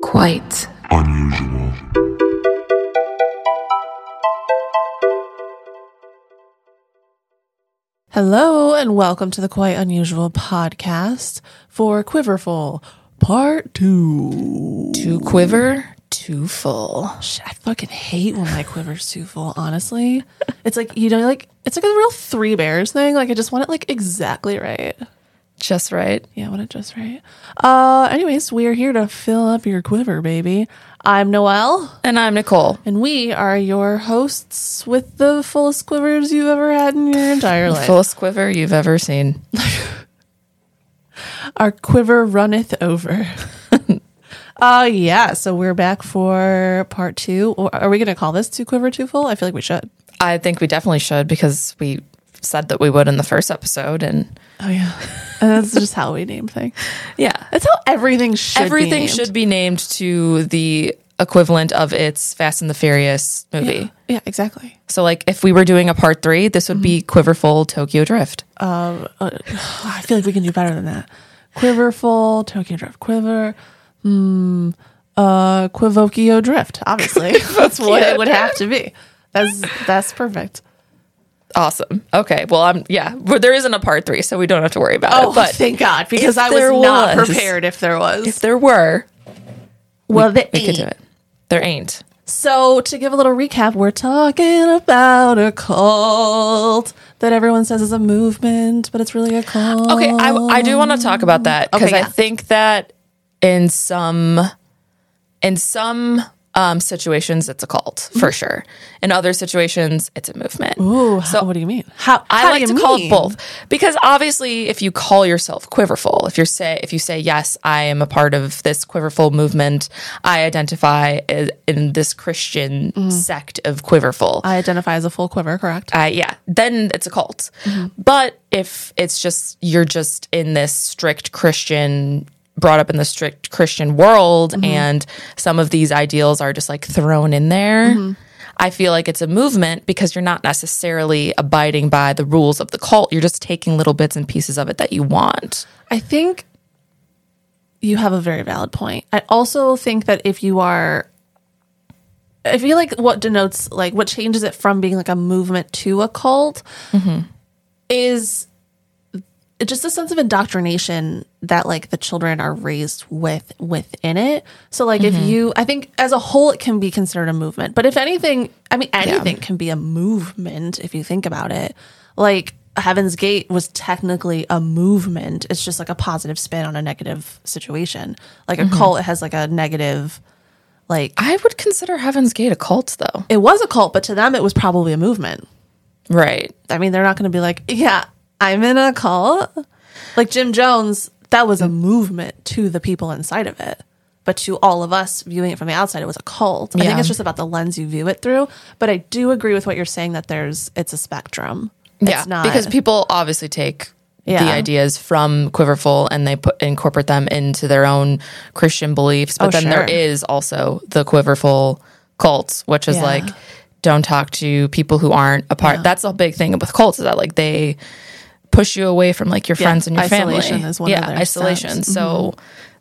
quite unusual. Hello, and welcome to the Quite Unusual podcast for Quiverful Part 2. too quiver, too full. Shit, I fucking hate when my quiver's too full, honestly. It's like, you know, like, it's like a real Three Bears thing. Like, I just want it, like, exactly right. Just right. Yeah, I want it just right. Uh, anyways, we are here to fill up your quiver, baby. I'm Noelle, And I'm Nicole. and we are your hosts with the fullest quivers you've ever had in your entire life. Fullest quiver you've ever seen. our quiver runneth over. uh yeah, so we're back for part two. Or Are we gonna call this two quiver two full? I feel like we should. I think we definitely should because we said that we would in the first episode. And Oh yeah. and that's just how we name things. yeah, That's how everything should be everything named. should be named to the equivalent of its Fast and the Furious movie. Yeah, exactly. So, like, if we were doing a part three, this would Mm-hmm. be Quiverful Tokyo Drift. Um uh, I feel like we can do better than that. Quiverful, Tokyo Drift Quiver, hmm uh Quivokio Drift, obviously. that's what it would have to be. That's that's perfect. Awesome. Okay. Well, I'm yeah. Well, there isn't a part three, so we don't have to worry about Oh, it. But thank God, because if I was, there not was- prepared if there was. if there were, well, they we could do it. There ain't. So, to give a little recap, we're talking about a cult that everyone says is a movement, but it's really a cult. Okay, I, I do want to talk about that because Okay, I yeah. think that in some in some um, situations it's a cult for sure. In other situations, it's a movement. Mm-hmm. Ooh, So- so what do you mean? How, I how do like you to call it mean? both because obviously, if you call yourself Quiverful, if you say if you say yes, I am a part of this Quiverful movement, I identify i- in this Christian Mm-hmm. sect of Quiverful. I identify as a full quiver, correct? I Uh, yeah, then it's a cult. But if it's just you're just in this strict Christian brought up in the strict Christian world and some of these ideals are just like thrown in there. I feel like it's a movement because you're not necessarily abiding by the rules of the cult. You're just taking little bits and pieces of it that you want. I think you have a very valid point. I also think that if you are, I feel like what denotes, like, what changes it from being like a movement to a cult Mm-hmm. is just a sense of indoctrination that like the children are raised with within it. So like if you I think as a whole it can be considered a movement. But if anything, I mean anything can be a movement if you think about it. Like Heaven's Gate was technically a movement. It's just like a positive spin on a negative situation. Like a cult has like a negative like I would consider Heaven's Gate a cult though. it was a cult, but to them it was probably a movement. Right. I mean, they're not going to be like, yeah, I'm in a cult. Like Jim Jones, that was a movement to the people inside of it. But to all of us viewing it from the outside, it was a cult. I Yeah. think it's just about the lens you view it through. But I do agree with what you're saying that there's, it's a spectrum. Yeah, It's not. because people obviously take the Yeah. ideas from Quiverful and they put incorporate them into their own Christian beliefs. But Oh, then there sure. is also the Quiverful cults, which is Yeah. like don't talk to people who aren't a part. That's a big thing with cults is that like they push you away from like your Yeah, friends and your isolation family. is one of yeah, their isolation. steps. Mm-hmm. So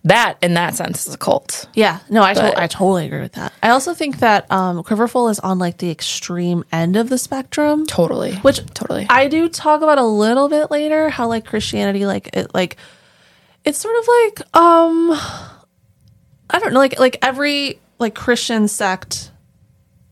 that in that sense is a cult. Yeah, no, I, to- But- I totally agree with that. I also think that um, Quiverful is on like the extreme end of the spectrum. Totally. which totally. I do talk about a little bit later how like Christianity like it like it's sort of like um I don't know like like every like Christian sect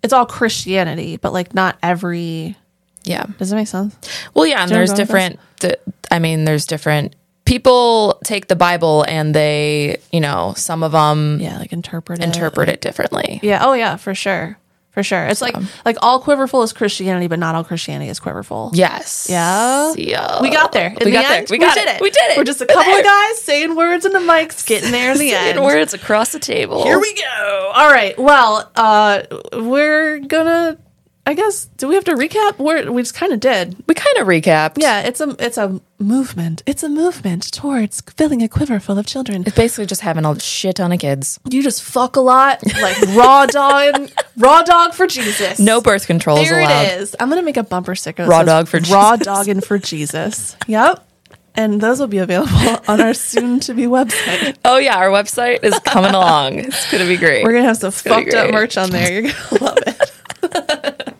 it's all Christianity but like not every yeah. does that make sense? Well, yeah, and Jared there's Goff is- different. Th- I mean, there's different people take the Bible and they, you know, some of them Yeah, like interpret it. interpret it differently. Yeah, oh yeah, for sure. For sure. It's Um, like like all quiverful is Christianity but not all Christianity is quiverful. Yes. Yeah. Yeah. We got there. In we the got end, there. We got did it. We did it. We're just a We're couple there. of guys saying words in the mics, getting there in the Saying end. words across the table. Here we go. All right. Well, uh we're gonna I guess do we have to recap? We're, we just kind of did. we kind of recapped. Yeah, it's a it's a movement. It's a movement towards filling a quiver full of children. It's basically just having all shit on the kids. You just fuck a lot, like raw dog, raw dog for Jesus. No birth control is there allowed. it is. I'm gonna make a bumper sticker. that Raw says, dog for raw Jesus." dogging for Jesus. Yep. And those will be available on our soon to be website. Oh yeah, our website is coming along. It's gonna be great. We're going to have some gonna be fucked up great. merch on there. You're going to love it.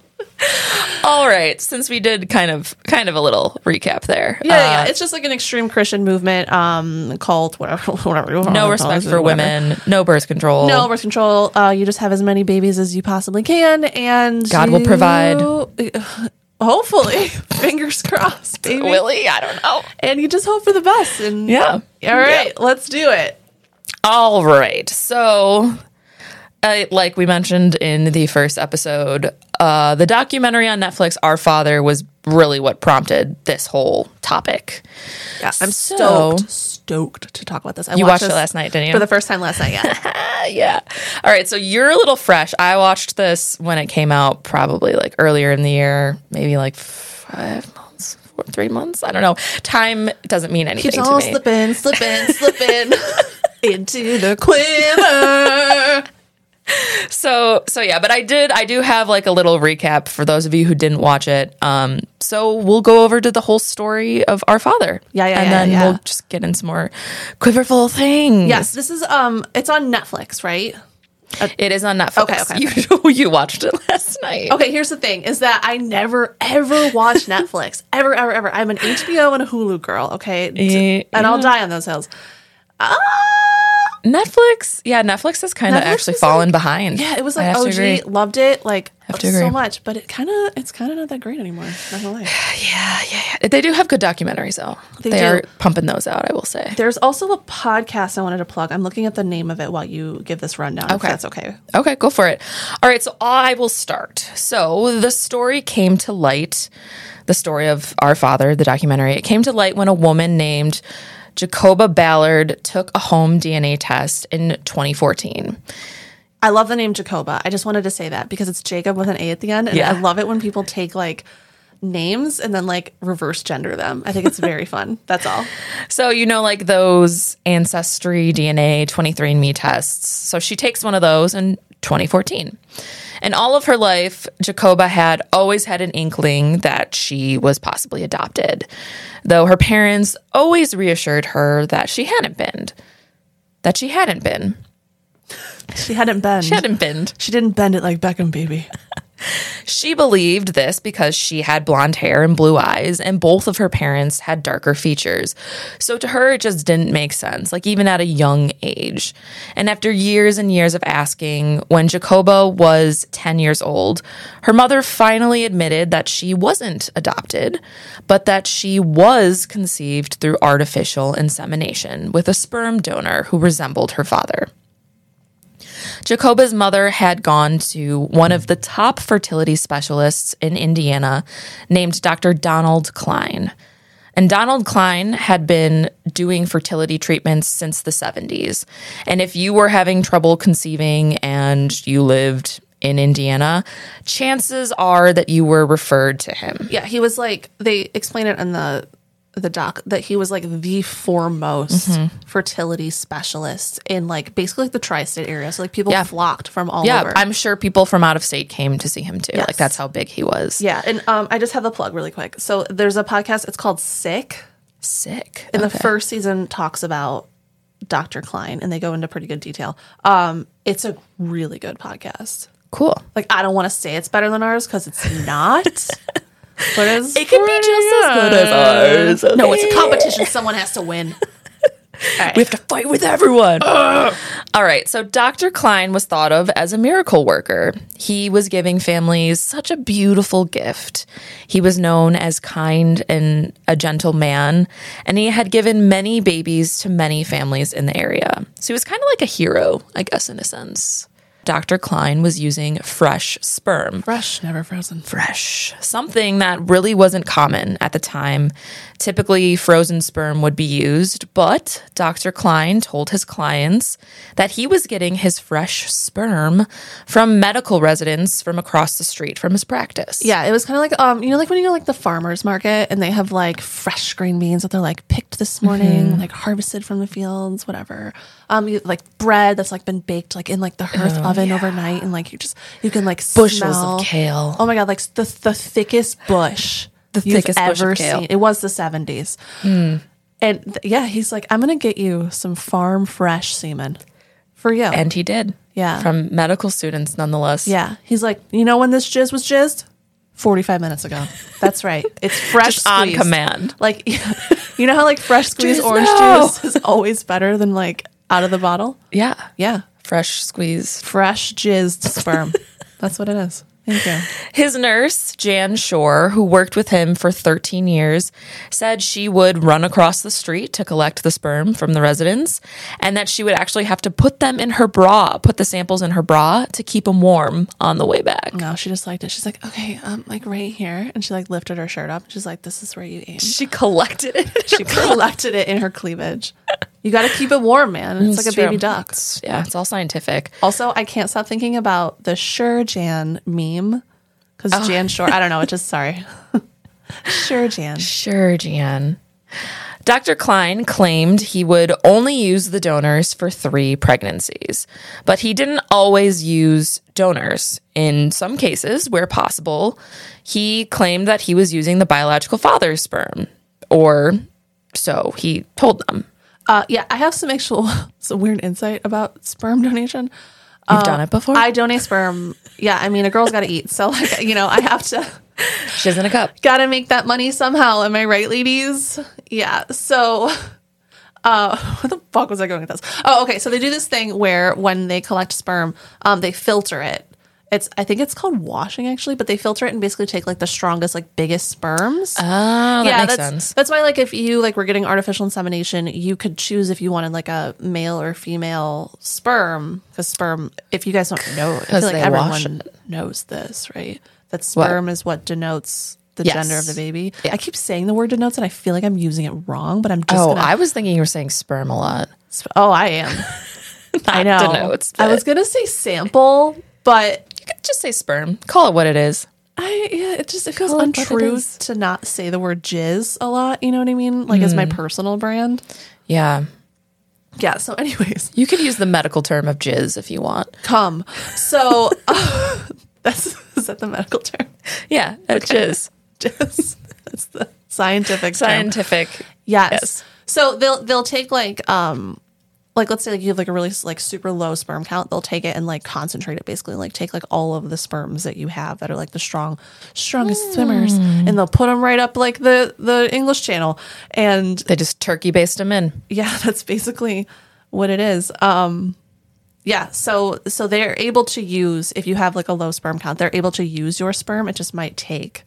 All right, since we did kind of kind of a little recap there. Yeah, Uh, yeah. It's just like an extreme Christian movement um, cult, whatever. whatever you wanna uh, no call respect it, for whatever. women, no birth control. No birth control. Uh, you just have as many babies as you possibly can, and God will you- provide. Hopefully, fingers crossed, baby. Willie, I don't know. And you just hope for the best. And Yeah. all right, let's do it. All right. So, uh, like we mentioned in the first episode, uh, the documentary on Netflix, Our Father, was really what prompted this whole topic. Yeah, I'm So- stoked, stoked to talk about this. I You watched, this it last night, didn't you? for the first time last night. Yeah, Uh, yeah. All right. So you're a little fresh. I watched this when it came out, probably like earlier in the year, maybe like five months, four, three months. I don't know. Time doesn't mean anything it's to all me. slipping, slipping, slipping into the quiver. so so yeah but i did i do have like a little recap for those of you who didn't watch it um so we'll go over to the whole story of our father Yeah, yeah, and yeah, then yeah. we'll just get in some more quiverful things Yes, this is um, it's on Netflix, right? it is on netflix Okay, okay. Oh. you, you watched it last night Okay, here's the thing is that I never ever watch Netflix. Ever, ever, ever. I'm an HBO and a Hulu girl, okay? Eh, Yeah. And I'll die on those hills. Ah, netflix yeah netflix has kind of Netflix actually was fallen like- behind yeah, it was I like have to agree. OG, loved it, like to agree. so much, but it kind of it's kind of not that great anymore. Not gonna lie. yeah, yeah yeah they do have good documentaries though They they do. are pumping those out i will say There's also a podcast I wanted to plug. I'm looking at the name of it while you give this rundown. Okay. Okay. If that's okay. Okay, go for it. All right, so I will start. So the story came to light, the story of our father, the documentary. It came to light when a woman named Jacoba Ballard took a home DNA test in 2014. I love the name Jacoba. I just wanted to say that because it's Jacob with an A at the end. And Yeah. I love it when people take like names and then like reverse gender them. I think it's very fun. That's all. So you know, like those ancestry DNA 23andMe tests. So she takes one of those in 2014. And all of her life, Jacoba had always had an inkling that she was possibly adopted, though her parents always reassured her that she hadn't been. That she hadn't been. She hadn't been. She hadn't been. She didn't bend it like Beckham, baby. She believed this because she had blonde hair and blue eyes, and both of her parents had darker features. So to her, it just didn't make sense, like even at a young age. And after years and years of asking, when Jacoba was 10 years old, her mother finally admitted that she wasn't adopted, but that she was conceived through artificial insemination with a sperm donor who resembled her father. Jacoba's mother had gone to one of the top fertility specialists in Indiana named Dr. Donald Klein. And Donald Klein had been doing fertility treatments since the 70s. And if you were having trouble conceiving and you lived in Indiana, chances are that you were referred to him. Yeah, he was like they explain it in the the doc that he was like the foremost fertility specialist in like basically like the tri-state area. So like people Yeah. flocked from all Yeah, over. I'm sure people from out of state came to see him too. Yes. Like that's how big he was. yeah, and um, I just have a plug really quick. So there's a podcast. It's called Sick, Sick. and the first season talks about Dr. Klein, and they go into pretty good detail. Um, it's a really good podcast. Cool. Like I don't want to say it's better than ours because it's not. but it's It could be just as good as ours. No, it's a competition. Someone has to win. We have to fight with everyone. All right. So Dr. Klein was thought of as a miracle worker. He was giving families such a beautiful gift. He was known as kind and a gentle man, and he had given many babies to many families in the area. So he was kind of like a hero, I guess, in a sense. Dr. Klein was using fresh sperm Fresh, never frozen. fresh, something that really wasn't common at the time. Typically, frozen sperm would be used, but Dr. Klein told his clients that he was getting his fresh sperm from medical residents from across the street from his practice. Yeah, it was kind of like um, you know, like when you go like the farmers market and they have like fresh green beans that they're like picked this morning, like harvested from the fields, whatever. Um, you, like bread that's like been baked like in like the hearth oven overnight, and like you just you can like Bushels smell- of kale. Oh my god, like the the thickest bush, the thickest bush of kale. It was the seventies. And th- yeah, he's like, I'm going to get you some farm fresh semen for you. And he did. Yeah. From medical students, nonetheless. yeah. He's like, you know when this jizz was jizzed? 45 minutes ago. That's right. It's fresh Just on squeezed. command. Like, you know how like fresh squeezed Jizz orange now. juice is always better than like out of the bottle? Yeah. Yeah. Fresh squeezed. Fresh jizzed sperm. That's what it is. Thank you. His nurse, Jan Shore, who worked with him for 13 years, said she would run across the street to collect the sperm from the residents and that she would actually have to put them in her bra, put the samples in her bra to keep them warm on the way back. No, she just liked it. She's like, okay, um, like right here. And she like lifted her shirt up. She's like, this is where you aim. She collected it. She collected it in her cleavage. You got to keep it warm, man. It's, like a baby True. duck. It's- yeah, it's all scientific. Also, I can't stop thinking about the Sure Jan meme because Jan Shore, I don't know, it just, sorry. Oh. sure Jan. Sure, Jan. Dr. Klein claimed he would only use the donors for three pregnancies, but he didn't always use donors. In some cases, where possible, he claimed that he was using the biological father's sperm, or so he told them. Uh, yeah, I have some actual, some weird insight about sperm donation. You've done it before? I donate sperm. Yeah, I mean, a girl's got to eat. So, like, you know, I have to. She's in a cup. got to make that money somehow. Am I right, ladies? Yeah. So, uh, what the fuck was I going with this? Oh, okay. So they do this thing where when they collect sperm, um, they filter it. It's I think it's called washing actually, but they filter it and basically take like the strongest, like biggest sperms. Oh, that that's, makes sense. That's why, like, if you like were getting artificial insemination, you could choose if you wanted like a male or female sperm. Because sperm, if you guys don't know, I feel 'Cause like they everyone wash knows this, right? That What? sperm is what denotes the Yes. gender of the baby. Yeah. I keep saying the word denotes, and I feel like I'm using it wrong. But I'm just Oh, gonna, I was thinking you were saying sperm a lot. sp- oh, I am. I know. denotes, I but- was gonna say sample, but You could just say sperm. Call it what it is. I yeah, it just it feels Call it what it untrue is. to not say the word jizz a lot. You know what I mean? Like, Hmm. as my personal brand. Yeah. Yeah. So, anyways. You could use the medical term of jizz if you want. come. So uh, that's is that the medical term? Yeah, that's jizz. Just that's the scientific term. Scientific. Yes. Yes. So they'll they'll take like um like let's say like you have like a really like super low sperm count, they'll take it and like concentrate it basically like take like all of the sperms that you have that are like the strong strongest swimmers and they'll put them right up like the the English Channel and They just turkey based them in. yeah that's basically what it is um yeah so so they're able to use if you have like a low sperm count they're able to use your sperm it just might take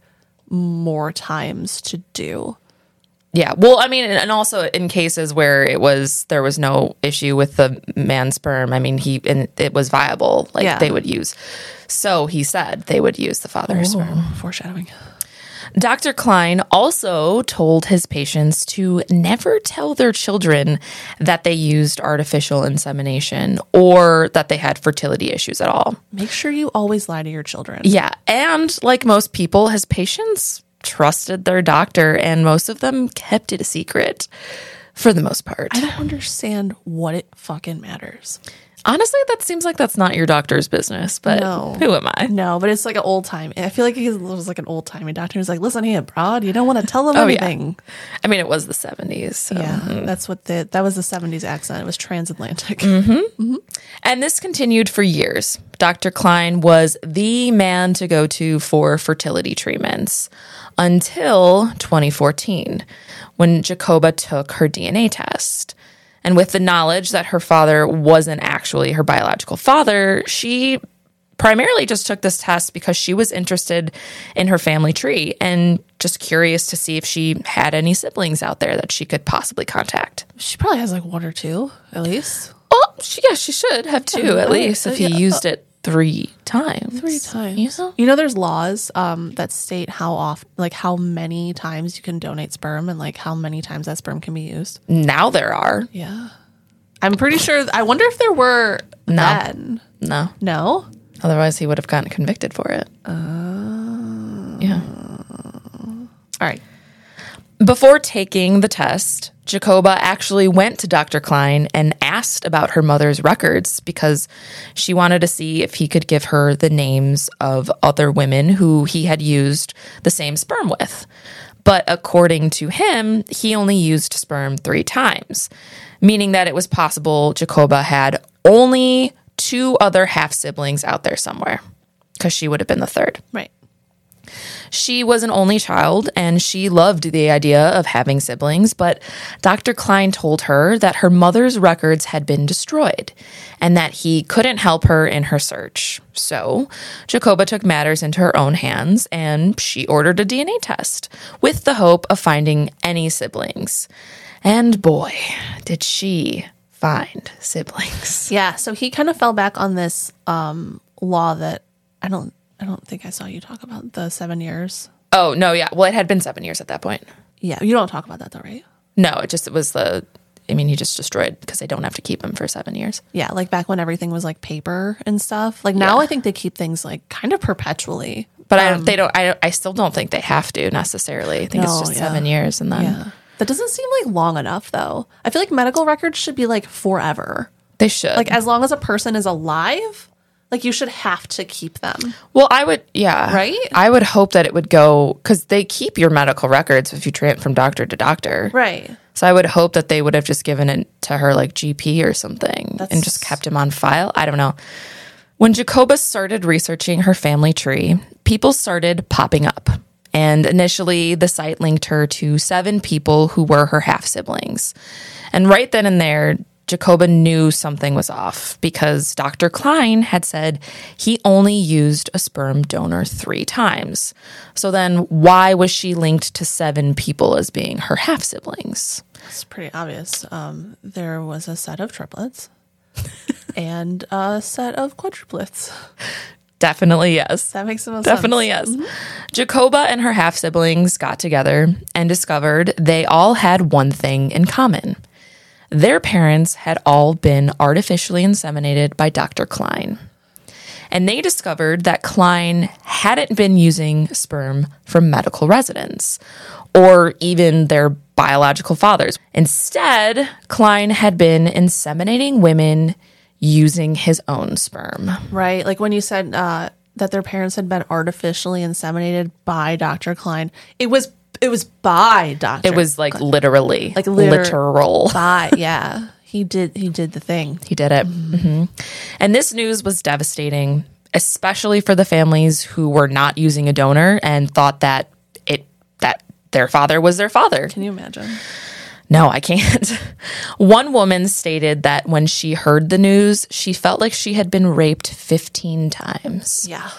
more times to do Yeah. Well, I mean, and- and also in cases where it was there was no issue with the man sperm. I mean, he and it was viable. Like Yeah. they would use. So he said they would use the father's sperm. foreshadowing Dr. Klein also told his patients to never tell their children that they used artificial insemination or that they had fertility issues at all. make sure you always lie to your children Yeah. And like most people, his patients trusted their doctor, and most of them kept it a secret for the most part. i don't understand what it fucking matters Honestly, that seems like that's not your doctor's business, but No. who am I? no but it's like an old time i feel like he was like an old timey doctor who's like listen here broad you don't want to tell them Oh, yeah. Uh-huh. anything I mean, it was the 70s. So. yeah. that's what the that was the 70s accent it was transatlantic Mm. And this continued for years. Dr. Klein was the man to go to for fertility treatments until 2014, when Jacoba took her DNA test. And with the knowledge that her father wasn't actually her biological father, she primarily just took this test because she was interested in her family tree and just curious to see if she had any siblings out there that she could possibly contact. she probably has like one or two at least Oh, she, yeah, she should have two at least if he used it three times. Uh, Three times. You know? You know, there's laws um, that state how often, like how many times you can donate sperm and like how many times that sperm can be used. Now there are. Yeah. I'm pretty sure. I wonder if there were then. No. No. Otherwise, he would have gotten convicted for it. yeah. Uh. All right. Before taking the test, Jacoba actually went to Dr. Klein and asked about her mother's records because she wanted to see if he could give her the names of other women who he had used the same sperm with. But according to him, he only used sperm three times, meaning that it was possible Jacoba had only two other half siblings out there somewhere because she would have been the third. Right. She was an only child and she loved the idea of having siblings, but Dr. Klein told her that her mother's records had been destroyed and that he couldn't help her in her search. So, Jacoba took matters into her own hands and she ordered a DNA test with the hope of finding any siblings. And boy, did she find siblings. Yeah. So he kind of fell back on this um, law that I don't. I don't think I saw you talk about the seven years. Oh, no, yeah. Well, it had been seven years at that point. Yeah, you don't talk about that though, right? No, it just it was the. I mean, he just destroyed because they don't have to keep him for seven years. Yeah, like back when everything was like paper and stuff. Like now, I think they keep things like kind of perpetually. But I don't. They don't. I. don't- I still don't think they have to necessarily. I think it's Um, No, just yeah. seven years, and then That doesn't seem like long enough though. I feel like medical records should be like forever. they should. Like as long as a person is alive, like you should have to keep them. well, I would. Yeah. Right? I would hope that it would go because they keep your medical records if you trans from doctor to doctor. Right. So I would hope that they would have just given it to her like GP or something and just kept him on file. I don't know. When Jacoba started researching her family tree, people started popping up. And initially, the site linked her to seven people who were her half siblings. And right then and there, Jacoba knew something was off because Dr. Klein had said he only used a sperm donor three times. So then, why was she linked to seven people as being her half siblings? It's pretty obvious. Um, there was a set of triplets and a set of quadruplets. Definitely, yes. That makes the most Definitely yes. Jacoba and her half siblings got together and discovered they all had one thing in common. Their parents had all been artificially inseminated by Dr. Klein. And they discovered that Klein hadn't been using sperm from medical residents or even their biological fathers. Instead, Klein had been inseminating women using his own sperm. sense. Right. Like when you said uh, that their parents had been artificially inseminated by Dr. Klein, it was it was by Dr. It was like literally, like liter- literal. by yeah. He did he did the thing. He did it. Mm-hmm. hmm And this news was devastating, especially for the families who were not using a donor and thought that it that their father was their father. Can you imagine? No, I can't. One woman stated that when she heard the news, she felt like she had been raped 15 times. Yeah.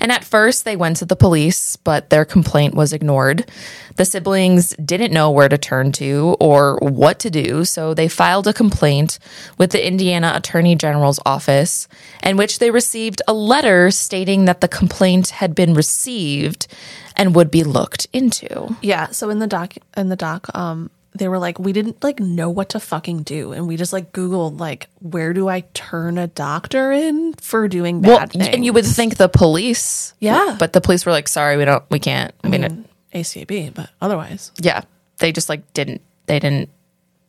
And at first, they went to the police, but their complaint was ignored. The siblings didn't know where to turn to or what to do, so they filed a complaint with the Indiana Attorney General's office, in which they received a letter stating that the complaint had been received and would be looked into. Yeah. So in the doc, in the doc, um, they were like, we didn't like know what to fucking do, and we just like Googled like, where do I turn a doctor in for doing bad Well, things? and you would think the police, Yeah. but the police were like, "Sorry, we don't, we can't." I mean, it- ACAB, but otherwise yeah, they just like didn't, they didn't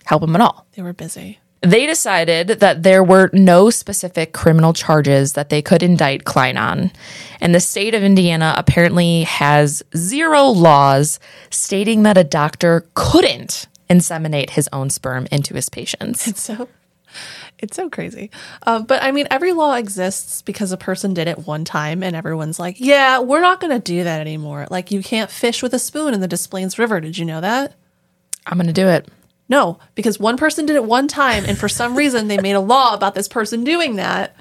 help him at all. they were busy. They decided that there were no specific criminal charges that they could indict Klein on. And the state of Indiana apparently has zero laws stating that a doctor couldn't inseminate his own sperm into his patients. It's so, it's so crazy. Um, but I mean, every law exists because a person did it one time, and everyone's like, yeah, we're not going to do that anymore. Like, you can't fish with a spoon in the Des Plaines River. Did you know that? I'm going to do it. No, because one person did it one time, and for some reason they made a law about this person doing that.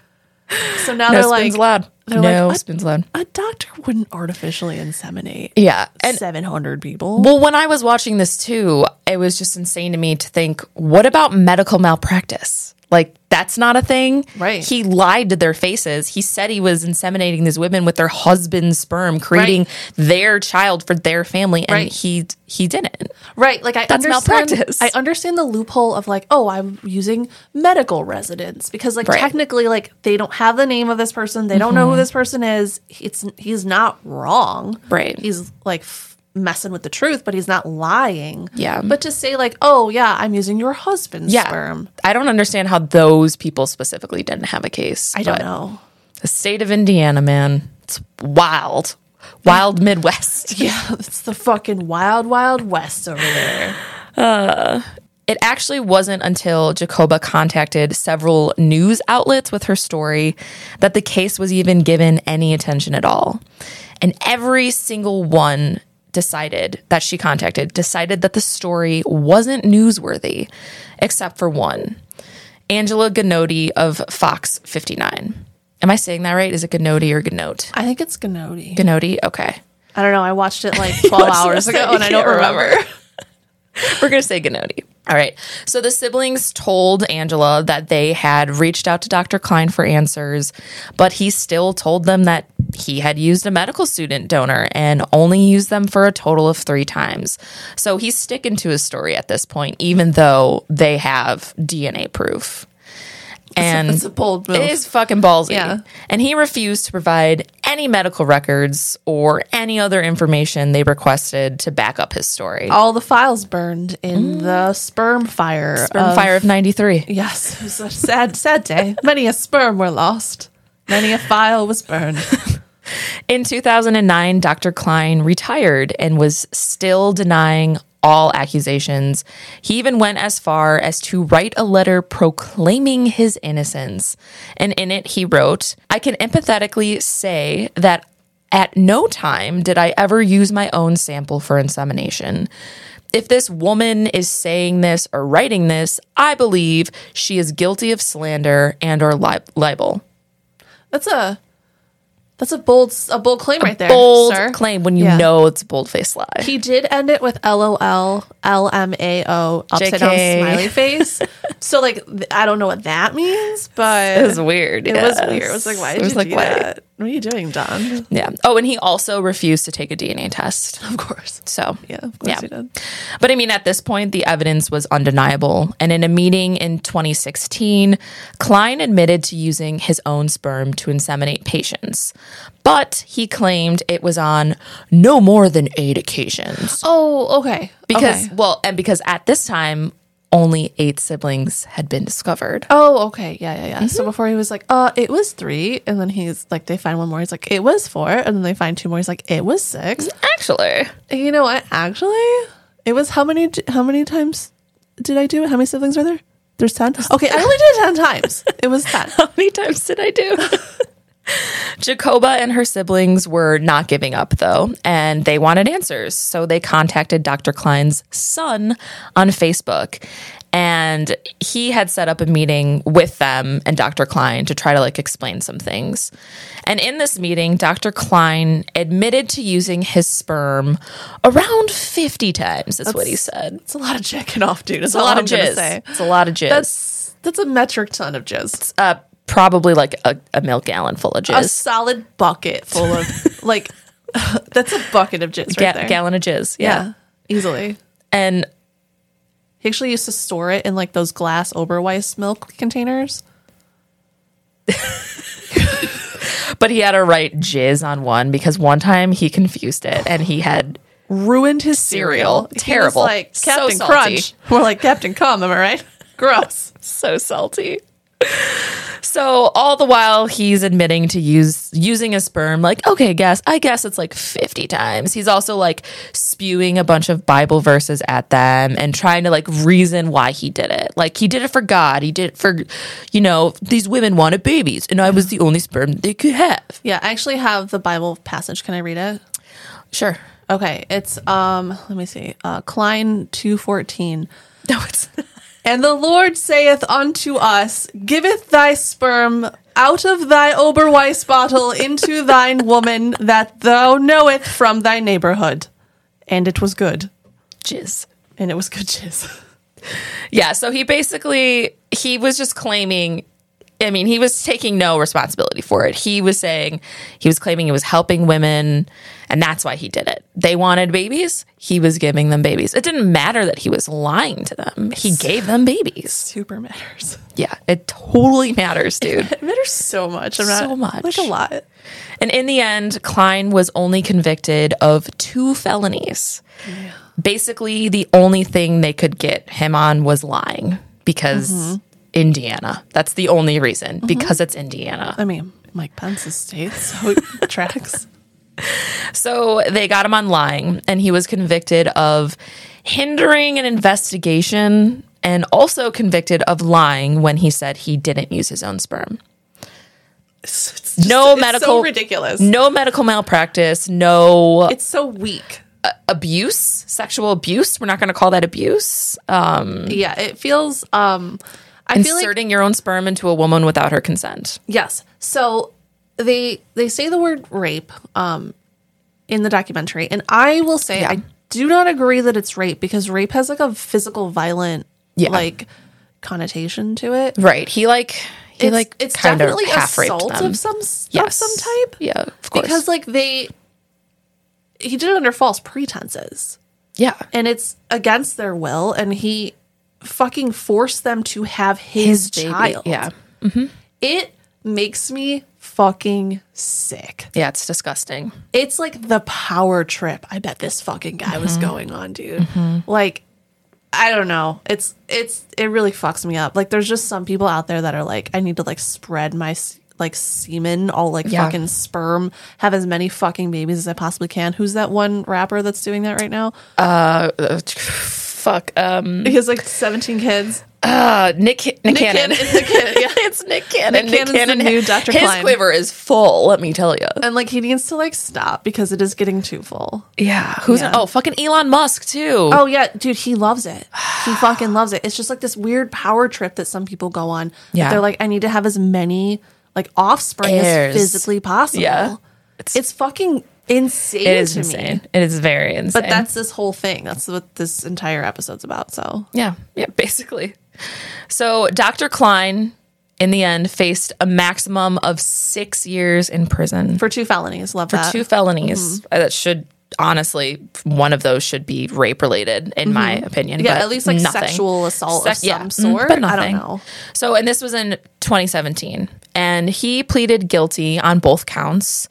So now No they're like, spoons allowed. they're no like, "What?" spoons allowed. a doctor wouldn't artificially inseminate Yeah. And 700 people. well, when I was watching this too, it was just insane to me to think, what about medical malpractice? Like, that's not a thing. Right. He lied to their faces. He said he was inseminating these women with their husband's sperm, creating their child for their family, and Right. he he didn't. Right. Like, I That's understand, malpractice. I understand the loophole of like, oh, I'm using medical residents because, like, Right. technically, like, they don't have the name of this person. They don't know who this person is. It's He's not wrong. Right. He's like, f- messing with the truth but he's not lying Yeah. but to say like oh yeah i'm using your husband's sperm I don't understand how those people specifically didn't have a case. I don't but know. The state of Indiana, man, it's wild. wild Midwest. Yeah, it's the fucking wild, wild west over there. It actually wasn't until Jacoba contacted several news outlets with her story that the case was even given any attention at all. And every single one decided that she contacted decided that the story wasn't newsworthy, except for one Angela Ganotti of Fox 59. Am I saying that right? Is it Ganotti or Ganote? I think it's Ganodi. Ganotti? Okay. I don't know. I watched it like 12 hours ago and I don't remember. We're going to say Ganotti. All right. So the siblings told Angela that they had reached out to Dr. Klein for answers, but he still told them that he had used a medical student donor and only used them for a total of three times. So he's sticking to his story at this point, even though they have DNA proof. And It's a bold move. it is fucking ballsy. Yeah. And he refused to provide any medical records or any other information they requested to back up his story. All the files burned in the sperm fire. Burn of- fire of 93. Yes, it was a sad, sad day. Many a sperm were lost. Many a file was burned. In 2009, Dr. Klein retired and was still denying all accusations. He even went as far as to write a letter proclaiming his innocence. And in it, he wrote, I can empathetically say that at no time did I ever use my own sample for insemination. If this woman is saying this or writing this, I believe she is guilty of slander and or li- libel. That's a that's a bold a bold claim right there, bold sir. claim when you Yeah. know it's a bold faced lie. He did end it with LOL, LMAO, upside down JK. smiley face. so like th- I don't know what that means, but It was weird. It was weird. It was like why did you do why? that? What are you doing, Don? Yeah. Oh, and he also refused to take a DNA test. Of course. So Yeah, of course he did. But I mean, at this point, the evidence was undeniable. And in a meeting in 2016, Klein admitted to using his own sperm to inseminate patients, but he claimed it was on no more than eight occasions. Oh, okay. Because Okay. well, and because at this time, only eight siblings had been discovered. Oh, okay. Yeah, yeah, yeah. So Mm-hmm. before he was like, uh, it was three. And then he's like, they find one more. He's like, it was four. And then they find two more. He's like, it was six. Mm-hmm. Actually, And you know what? Actually, it was how many, how many times did I do it? How many siblings are there? There's 10. Okay. I only did it 10 times. It was 10. How many times did I do? Jacoba and her siblings were not giving up, though, and they wanted answers. So they contacted Dr. Klein's son on Facebook. And he had set up a meeting with them and Dr. Klein to try to like explain some things. And in this meeting, Dr. Klein admitted to using his sperm around 50 times, is what he said. It's a lot of checking off, dude. It's A lot of Say. jizz. It's a lot of jizz. That's, that's a metric ton of jizz. uh, probably like a, a milk gallon full of jizz. A solid bucket full of, like, that's a bucket of jizz right Ga- there. gallon of jizz. Yeah. yeah. Easily. And He actually used to store it in like those glass Oberweis milk containers. but he had to write jizz on one because one time he confused it and he had Ruined his Cereal. He was Terrible. like So Captain salty. Crunch. More like Captain Cum, am I right? Gross. so salty. So all the while he's admitting to use using his sperm, like, okay, guess I guess it's like 50 times. He's also like spewing a bunch of Bible verses at them and trying to like reason why he did it. Like he did it for God. He did it for, you know, these women wanted babies and I was the only sperm they could have. Yeah, I actually have the Bible passage. Can I read it? Sure. Okay. It's um let me see. Uh Klein two fourteen. No, it's And the Lord saith unto us, Giveth thy sperm out of thy Oberweis bottle into thine woman that thou knoweth from thy neighborhood. And it was good. jizz. And it was good jizz. Yeah, so he basically he was just claiming I mean, he was taking no responsibility for it. He was saying he was claiming he was helping women and that's why he did it. They wanted babies, he was giving them babies. It didn't matter that he was lying to them. He gave them babies. Super matters. Yeah, it totally matters, dude. It matters so much. I'm So not- much. Like a lot. And in the end, Klein was only convicted of two felonies. Basically, the only thing they could get him on was lying because Indiana. That's the only reason because it's Indiana. I mean, Mike Pence's state, so it tracks. So they got him on lying, and he was convicted of hindering an investigation and also convicted of lying when he said he didn't use his own sperm. It's- it's just- No it's so medical- ridiculous. No medical malpractice, no It's so weak. abuse, sexual abuse. We're not going to call that abuse. Yeah, it feels. Um, I feel like Inserting your own sperm into a woman without her consent. yes. So they they say the word rape um, in the documentary, and I will say I do not agree that it's rape because rape has like a physical, violent, Yeah. like connotation to it. Right. He like he it's, like it's kind of definitely half raped assault them. of some s- of Yes. some type. Yeah, of course. because like they he did it under false pretenses yeah. and it's against their will and he fucking forced them to have his, baby. child Yeah. it makes me fucking sick Yeah, it's disgusting. it's like the power trip i bet this fucking guy was going on dude like i don't know it's it's it really fucks me up like there's just some people out there that are like i need to like spread my s- like semen all like Yeah. fucking sperm have as many fucking babies as i possibly can who's that one rapper that's doing that right now Uh, fuck. Um he has like 17 kids uh, Nick Nick, Cannon Cannon. is the kid, yeah. it's Nick Cannon. Nick Cannon's the new Dr. His Klein. quiver is full, let me tell you. and like he needs to like stop because it is getting too full Yeah. Who's Yeah. oh fucking Elon Musk too. Oh yeah, dude, he loves it. He fucking loves it. It's just like this weird power trip that some people go on. that Yeah. they're like, I need to have as many like offspring Heirs. as physically possible. Yeah. it's, fucking insane. it is to insane. Me. It is very insane. But that's this whole thing. That's what this entire episode's about. So Yeah, yeah, basically. So Dr. Klein, in the end, faced a maximum of six years in prison for for two felonies, love that. two felonies. mm-hmm. Uh, That should honestly, one of those should be rape related, in my opinion. Mm-hmm. yeah, but at least like nothing. sexual assault of Sec- yeah, some mm, sort. but nothing. I don't know. So, and this was in 2017, and he pleaded guilty on both counts.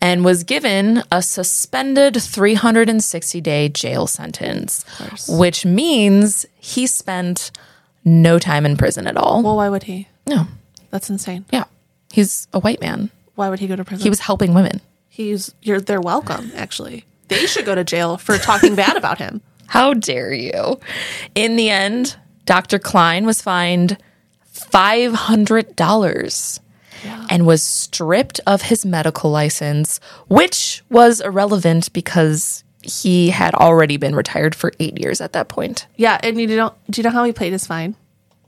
And was given a suspended 360 day jail sentence, which means he spent no time in prison at all. Well, why would he? No, That's insane. yeah. He's a white man. Why would he go to prison? He was helping women. He's you're they're welcome. Actually, they should go to jail for talking bad about him. How dare you? In the end, Dr. Klein was fined $500 and was stripped of his medical license, which was irrelevant because he had already been retired for eight years at that point. Yeah, and you don't. Do you know how he played his fine?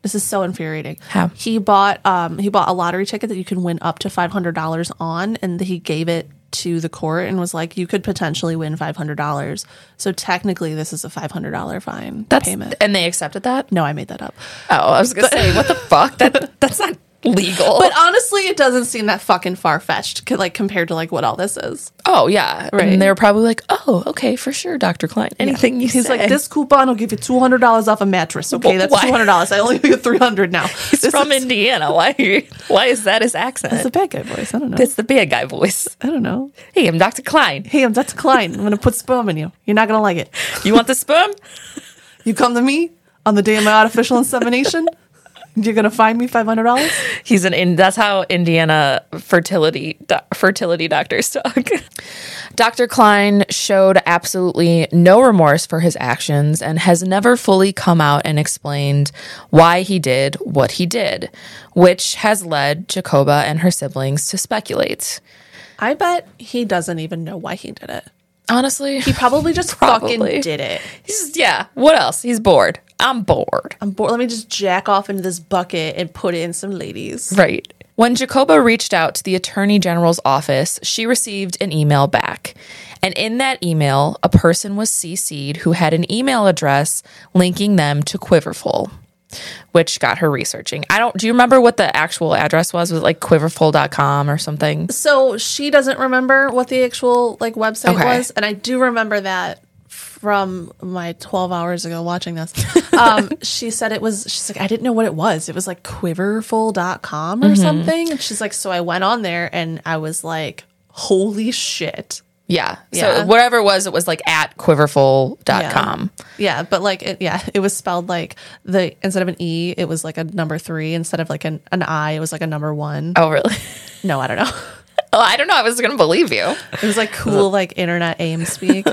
This is so infuriating. How? he bought um he bought a lottery ticket that you can win up to five hundred dollars on, and he gave it to the court and was like, "You could potentially win five hundred dollars." So technically, this is a five hundred dollar fine That's payment. and they accepted that. no, I made that up. Oh, I was gonna say, what the fuck? That that's not legal. But honestly, it doesn't seem that fucking far fetched, like compared to like what all this is. oh yeah, Right. And they were probably like, oh, okay, for sure, Doctor Klein. Anything you He's say. like, "This coupon will give you two hundred dollars off a mattress." Okay, that's Why? two hundred dollars. I only get three hundred now. He's from Indiana. Why? Why is that his accent? It's a bad guy voice. I don't know. That's the bad guy voice. I don't know. Hey, I'm Dr. Klein. Hey, I'm Dr. Klein. I'm gonna put sperm in you. You're not gonna like it. You want the sperm? You come to me on the day of my artificial insemination. You're gonna find me five hundred dollars. He's an in, that's how Indiana fertility do, fertility doctors talk. Dr. Klein showed absolutely no remorse for his actions and has never fully come out and explained why he did what he did, which has led Jacoba and her siblings to speculate. I bet he doesn't even know why he did it. Honestly, He probably just Probably. fucking did it. he's yeah, what else? He's bored. I'm bored. I'm bored. Let me just jack off into this bucket and put it in some ladies. Right. When Jacoba reached out to the Attorney General's office, she received an email back. And in that email, a person was CC'd who had an email address linking them to Quiverful, which got her researching. I don't, do you remember what the actual address was? Was it like quiverful.com or something? So she doesn't remember what the actual like website Okay. was, and I do remember that from my 12 hours ago watching this. Um, she said it was she's like I didn't know what it was. It was like quiverful.com or something. And she's like so I went on there and I was like holy shit. Yeah. Yeah. So whatever it was, it was like at quiverful.com. Yeah, but like it, yeah, it was spelled like the instead of an e, it was like a number 3 instead of like an an i, it was like a number 1. Oh, really? No, I don't know. I don't know. I was going to believe you. It was like cool, like internet aim speak.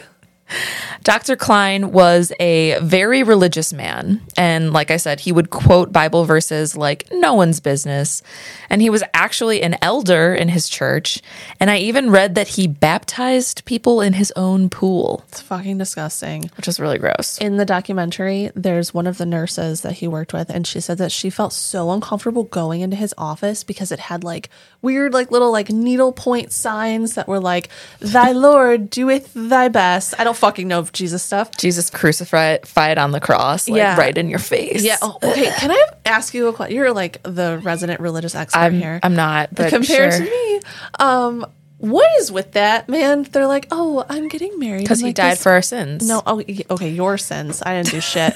Dr. Klein was a very religious man. And like I said, he would quote Bible verses like no one's business. And he was actually an elder in his church. And I even read that he baptized people in his own pool, It's fucking disgusting. which is really gross. In the documentary, there's one of the nurses that he worked with, and she said that she felt so uncomfortable going into his office because it had like weird, like little like needle point signs that were like, Thy Lord doeth thy best. I don't fucking know Jesus stuff. Jesus crucified on the cross, like Yeah. right in your face. Yeah. Oh, okay. Can I ask you a question? You're like the resident religious expert I'm, here. I'm not. But compared sure. to me. Um, what is with that, man? They're like, oh, I'm getting married Because I'm he like, died this- for our sins. No, oh, y- okay, your sins. I didn't do shit.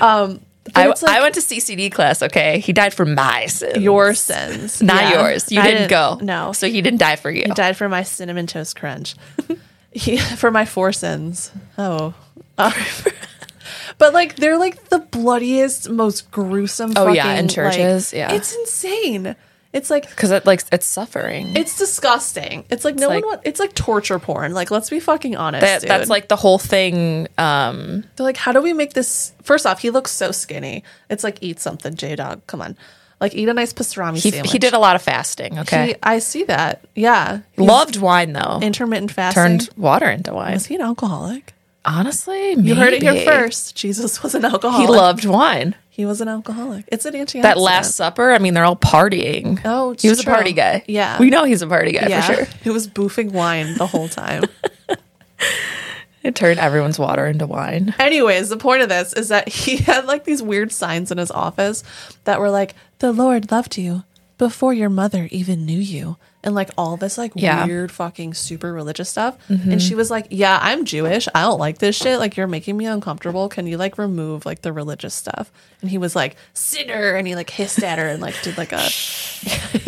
um, but I, it's like I went to CCD class, okay? He died for my sins. your sins, Not Yeah. yours. You I didn't, go. No, So he didn't die for you. he died for my cinnamon toast crunch. he for my four sins. Oh. Uh, But like they're like the bloodiest, most gruesome. Oh, fucking, yeah, in like- churches, yeah. it's insane. It's like Because it, like, it's suffering. It's disgusting. It's like no like- one wants. It's like torture porn. Like let's be fucking honest. that, dude. that's like the whole thing. Um, they're like, how do we make this? First off, he looks so skinny. It's like eat something, J Dog. Come on, like eat a nice pastrami he, sandwich. he did a lot of fasting. Okay, He- I see that. Yeah, He's loved wine though. intermittent fasting. Turned water into wine. Is he an alcoholic? Honestly, You heard it here maybe. first. Jesus was an alcoholic. He loved wine. He was an alcoholic. It's an antioxidant. That Last Supper. I mean, they're all partying. Oh, it's he was true. a party guy. Yeah. we know he's a party guy Yeah, for sure. he was boofing wine the whole time. It turned everyone's water into wine. Anyways, the point of this is that he had like these weird signs in his office that were like, "The Lord loved you before your mother even knew you," and like all this like Yeah. Mm-hmm. weird fucking super religious stuff. And she was like, "Yeah, I'm Jewish. I don't like this shit. Like you're making me uncomfortable. Can you like remove like the religious stuff?" And he was like, "Sinner," and he like hissed at her and like did like a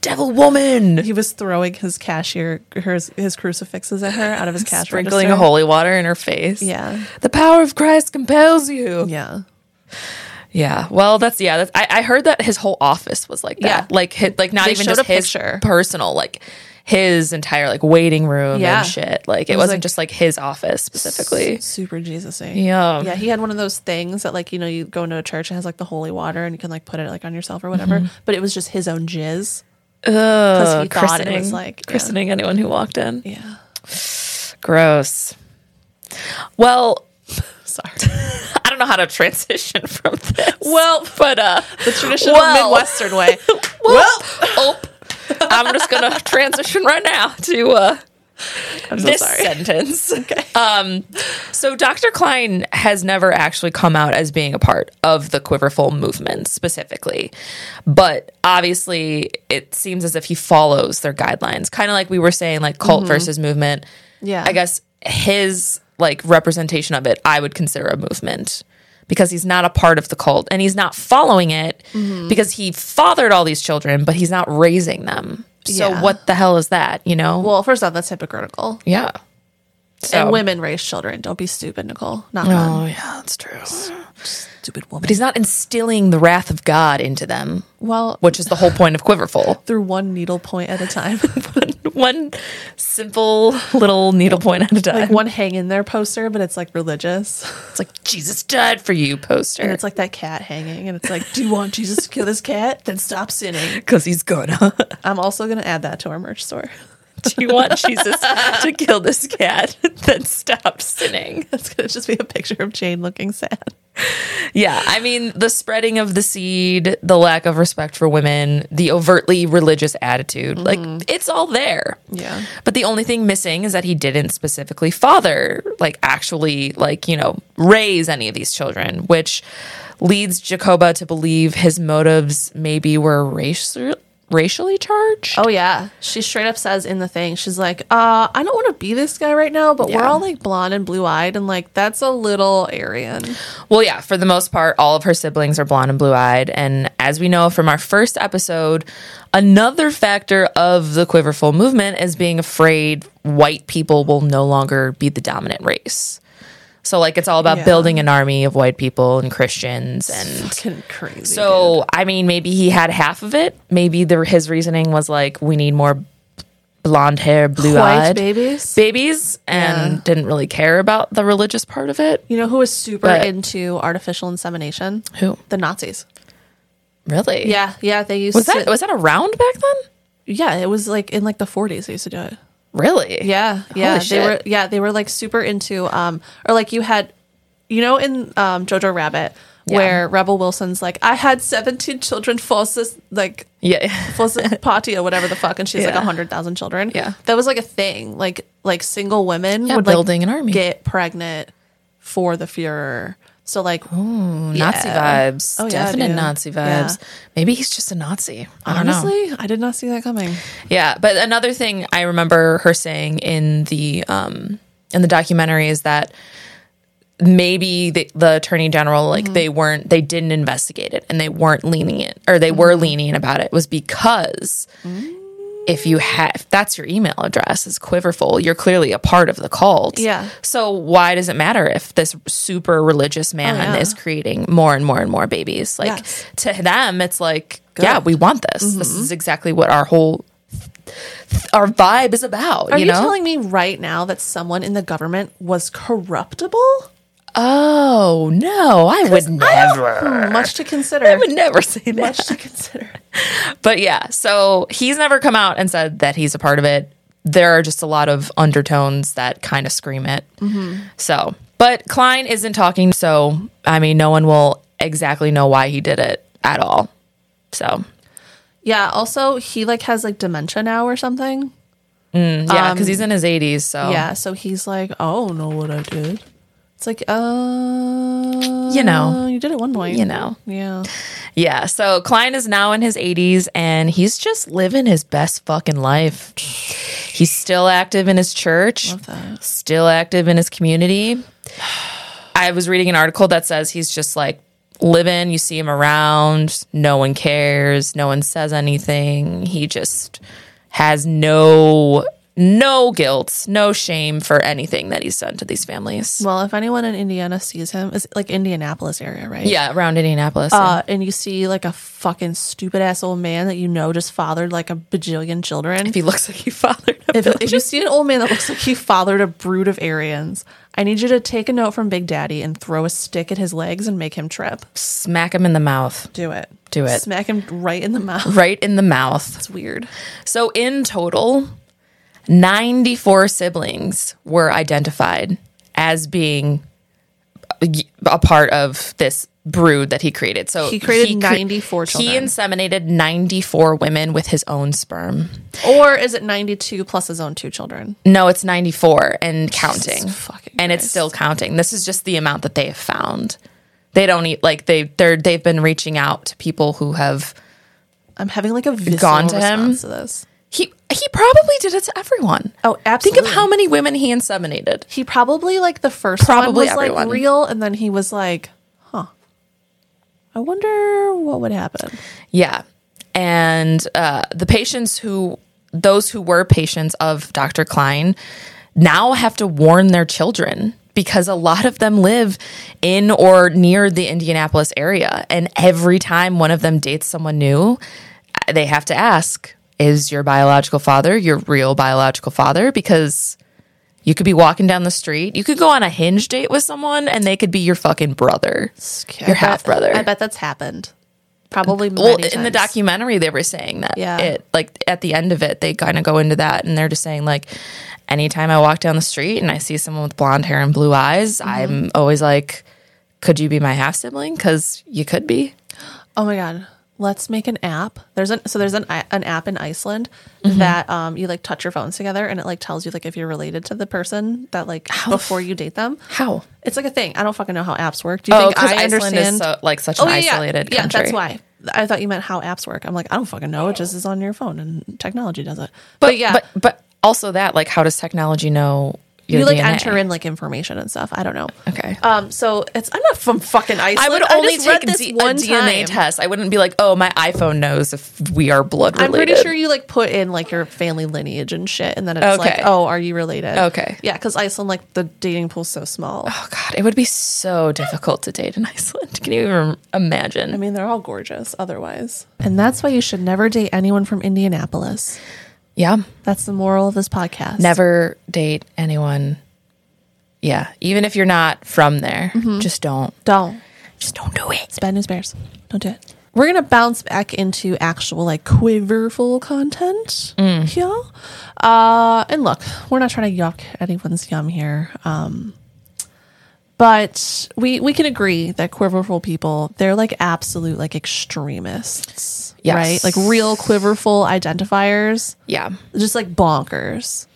Devil woman he was throwing his cashier his his crucifixes at her out of his cash sprinkling register. holy water in her face. Yeah. the power of Christ compels you. yeah. Yeah. Well, that's yeah. That's, I, I heard that his whole office was like that. Yeah. Like his, like not They even showed just a his picture. personal like his entire like waiting room Yeah. and shit. Like it, was, wasn't like, just like his office specifically. S- super jesus Yeah. yeah he had one of those things that like you know you go into a church and has like the holy water and you can like put it like on yourself or whatever Mm-hmm. but it was just his own jizz Because he thought it was, like, yeah. christening anyone who walked in. yeah Gross. Well, sorry I don't know how to transition from this. well but uh, the traditional Well. midwestern way well, oh, I'm just gonna transition right now to uh. i'm so this sorry sentence. okay. Um, so Dr. Klein has never actually come out as being a part of the Quiverful movement specifically, but obviously it seems as if he follows their guidelines, kind of like we were saying, like cult versus movement. Mm-hmm. Yeah. I guess his like representation of it, I would consider a movement. Because he's not a part of the cult and he's not following it Mm-hmm. because he fathered all these children, but he's not raising them. So, Yeah. what the hell is that, you know? well first off that's hypocritical Yeah. So. and women raise children don't be stupid nicole not Oh yeah, that's true. stupid woman But he's not instilling the wrath of God into them, well which is the whole point of Quiverful. through one needle point at a time One simple little needle point at a time. like one hang in there poster but it's like religious it's like Jesus died for you and poster it's like that cat hanging and it's like do you want jesus to kill this cat then stop sinning because he's gonna. I'm also gonna add that to our merch store. Do you want Jesus to kill this cat? then stop sinning. It's gonna just be a picture of Jane looking sad. Yeah, I mean, the spreading of the seed, the lack of respect for women, the overtly religious attitude, like it's all there. Yeah. But the only thing missing is that he didn't specifically father, like actually, like, you know, raise any of these children, which leads Jacoba to believe his motives maybe were racial, racially charged. Oh yeah, she straight up says in the thing, she's like, "Uh, I don't want to be this guy right now, but we're Yeah. all like blonde and blue eyed, and like that's a little Aryan." Well, yeah, for the most part, all of her siblings are blonde and blue eyed. And as we know from our first episode, another factor of the Quiverful movement is being afraid white people will no longer be the dominant race. So, like, it's all about Yeah. building an army of white people and Christians and Fucking crazy. so I mean, maybe he had half of it. Maybe the, his reasoning was like, we need more blonde hair, blue White eyed babies. babies and didn't really care about the religious part of it. You know who was super But- into artificial insemination? Who? The Nazis. Really? Yeah, yeah, they used Was to. that was that around back then? yeah, it was like in like the 40s they used to do it. Really? Yeah, yeah, they shit. were yeah, they were like super into um or like you had you know in um Jojo Rabbit Yeah. where Rebel Wilson's like I had 17 children forces like Yeah. forces party or whatever the fuck and she's like Yeah. like 100,000 children. Yeah. That was like a thing. Like like single women Yeah, would building like an army. get pregnant for the Führer. So like Nazi Yeah. vibes. Oh, yeah, Definite dude. Nazi Yeah. vibes. Maybe he's just a Nazi. I don't know. honestly, I did not see that coming. Yeah, but another thing I remember her saying in the um in the documentary is that maybe the, the attorney general like Mm-hmm. they weren't they didn't investigate it and they weren't lenient or they were Mm-hmm. lenient about it was because Mm. if you have if that's your email address is quiverful you're clearly a part of the cult Yeah. so why does it matter if this super religious man Oh, yeah. is creating more and more and more babies like Yes. Mm-hmm. to them it's like yeah we want this this is exactly what our whole our vibe is about Are you you, know telling me right now that someone in the government was corruptible? oh no i would never Hmm, Much to consider. I would never say that. much to consider. But yeah, so he's never come out and said that he's a part of it. There are just a lot of undertones that kind of scream it. Mm-hmm. So, but Klein isn't talking. So, I mean, no one will exactly know why he did it at all. So, Yeah. Also, he like has like dementia now or something. yeah, because he's in his 80s. So, Um, Yeah. So he's like, I don't know what I did. It's like, uh, You know. you did at one point, you know, Yeah. yeah. So Klein is now in his 80s and he's just living his best fucking life. He's still active in his church. that. still active in his community. I was reading an article that says he's just like living, you see him around, no one cares, no one says anything. He just has no no guilt, no shame for anything that he's done to these families. Well, if anyone in Indiana sees him, it's like Indianapolis area, right? Yeah, around Indianapolis. Uh, and you see like a fucking stupid ass old man that you know just fathered like a bajillion children. if he looks like he fathered a If, if you see an old man that looks like he fathered a brood of Aryans, I need you to take a note from Big Daddy and throw a stick at his legs and make him trip. smack him in the mouth. Do it. Do it. Smack him right in the mouth. Right in the mouth. It's weird. So in total, 94 siblings were identified as being a part of this brood that he created. So He created cre- 94 He children. inseminated 94 women with his own sperm. Or is it 92 plus his own two children? No, it's 94 and counting. fucking and it's Christ. still counting. This is just the amount that they have found. They don't eat like they they're they've been reaching out to people who have I'm having like a visceral Gone to him? response to this. he he probably did it to everyone. Oh, Think absolutely. of how many women he inseminated. he probably like the first Probably one was like everyone. real, and then he was like, huh. I wonder what would happen. Yeah. And uh, the patients who, those who were patients of Dr. Klein, now have to warn their children because a lot of them live in or near the Indianapolis area. And every time one of them dates someone new, they have to ask, is your biological father your real biological father? Because you could be walking down the street, you could go on a hinge date with someone, and they could be your fucking brother, I your bet- half brother I bet that's happened. Probably well many in the times. documentary they were saying that Yeah. it like at the end of it they kind of go into that and they're just saying like anytime i walk down the street and i see someone with blonde hair and blue eyes Mm-hmm. i'm always like could you be my half sibling because you could be Oh my god, let's make an app. There's an so there's an i- an app in Iceland Mm-hmm. that um you like touch your phones together and it like tells you like if you're related to the person that like before you date them. how Oh, It's like a thing. I don't fucking know how apps work. Do you think I iceland understand? is so, like such an isolated Oh, yeah, country that's why. I thought you meant how apps work. I'm like, I don't fucking know. It just is on your phone and technology does it. But, yeah, but but also that like how does technology know your you like DNA? enter in like information and stuff. I don't know. Okay. Um. So it's I'm not from fucking Iceland. I would only just take read this D- one a time. DNA test. I wouldn't be like, "Oh, my iPhone knows if we are blood I'm related." pretty sure you like put in like your family lineage and shit, and then it's like, Okay. oh, are you related? Okay. yeah, because Iceland like the dating pool's so small. Oh God, it would be so difficult to date in Iceland. Can you even I imagine? mean, they're all gorgeous otherwise, and that's why you should never date anyone from Indianapolis. Yeah. That's the moral of this podcast. Never date anyone. Yeah. Even if you're not from there, Mm-hmm. just don't. Don't. Just don't do it. Bad news bears. Don't do it. We're gonna bounce back into actual like quiverful content Mm. here. Uh, and look, we're not trying to yuck anyone's yum here. Um, but we we can agree that quiverful people they're like absolute like extremists, Yes. right? Like real quiverful identifiers, Yeah. just like bonkers.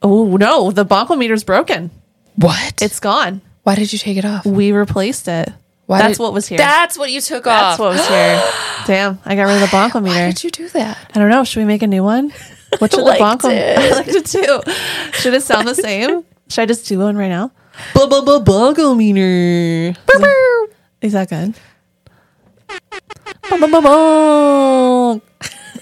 Oh no, the bonkometer's broken. What? It's gone. Why did you take it off? We replaced it. Why That's did- what was here. That's what you took That's off. what was here. Damn, I got rid of the Why bonkometer. did you do that? I don't know. Should we make a new one? What should the liked bonkom? it. I liked it too. Should it sound the same? Should I just do one right now? Blah blah blah bonkometer. Is that good? Bum, bum, bum, bum.